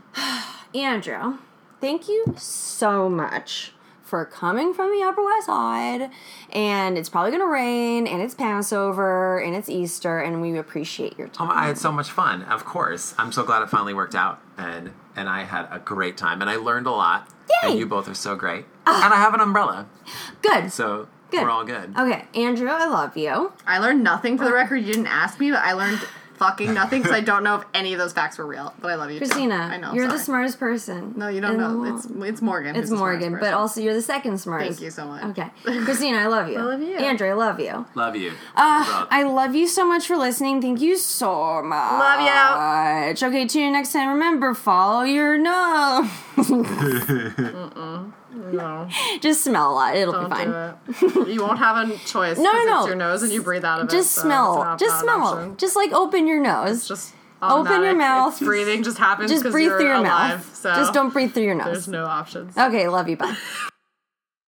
Speaker 2: Andrew, thank you so much for coming from the Upper West Side. And it's probably going to rain, and it's Passover, and it's Easter, and we appreciate your
Speaker 4: Um,
Speaker 2: time.
Speaker 4: I had so much fun. Of course, I'm so glad it finally worked out, and and I had a great time, and I learned a lot. And
Speaker 2: Yay!
Speaker 4: you both are so great. And I have an umbrella,
Speaker 2: Good.
Speaker 4: so
Speaker 2: Good.
Speaker 4: we're all good.
Speaker 2: Okay, Andrew, I love you.
Speaker 3: I learned nothing for the record. You didn't ask me, but I learned fucking nothing because I don't know if any of those facts were real. But I love you, too.
Speaker 2: Christina,
Speaker 3: I know. I'm
Speaker 2: you're the
Speaker 3: sorry.
Speaker 2: smartest person.
Speaker 3: No, you
Speaker 2: in
Speaker 3: don't
Speaker 2: the
Speaker 3: know.
Speaker 2: world.
Speaker 3: It's it's Morgan.
Speaker 2: It's Morgan, but also you're the second smartest.
Speaker 3: Thank you so much.
Speaker 2: Okay, Christina, I love you. I
Speaker 3: love you.
Speaker 2: Andrew. I love you.
Speaker 4: Love you.
Speaker 2: Uh,
Speaker 4: Love.
Speaker 2: I love you so much for listening. Thank you so much.
Speaker 3: Love ya.
Speaker 2: you. Okay, tune in next time. Remember, follow your nose.
Speaker 3: no,
Speaker 2: Just smell a lot. It'll
Speaker 3: don't
Speaker 2: be fine.
Speaker 3: do it. You won't have a choice.
Speaker 2: No, no,
Speaker 3: 'cause
Speaker 2: no.
Speaker 3: It's your nose and you breathe out of it.
Speaker 2: Just
Speaker 3: so it's
Speaker 2: smell.
Speaker 3: not-
Speaker 2: Just
Speaker 3: not an
Speaker 2: smell.
Speaker 3: option.
Speaker 2: Just like open your nose. Just,
Speaker 3: Just
Speaker 2: Open your
Speaker 3: automatic.
Speaker 2: mouth.
Speaker 3: It's breathing just happens. 'cause
Speaker 2: breathe
Speaker 3: you're
Speaker 2: through your
Speaker 3: alive,
Speaker 2: mouth.
Speaker 3: So
Speaker 2: Just don't breathe through your
Speaker 3: There's
Speaker 2: nose.
Speaker 3: no options.
Speaker 2: Okay, love you. Bye.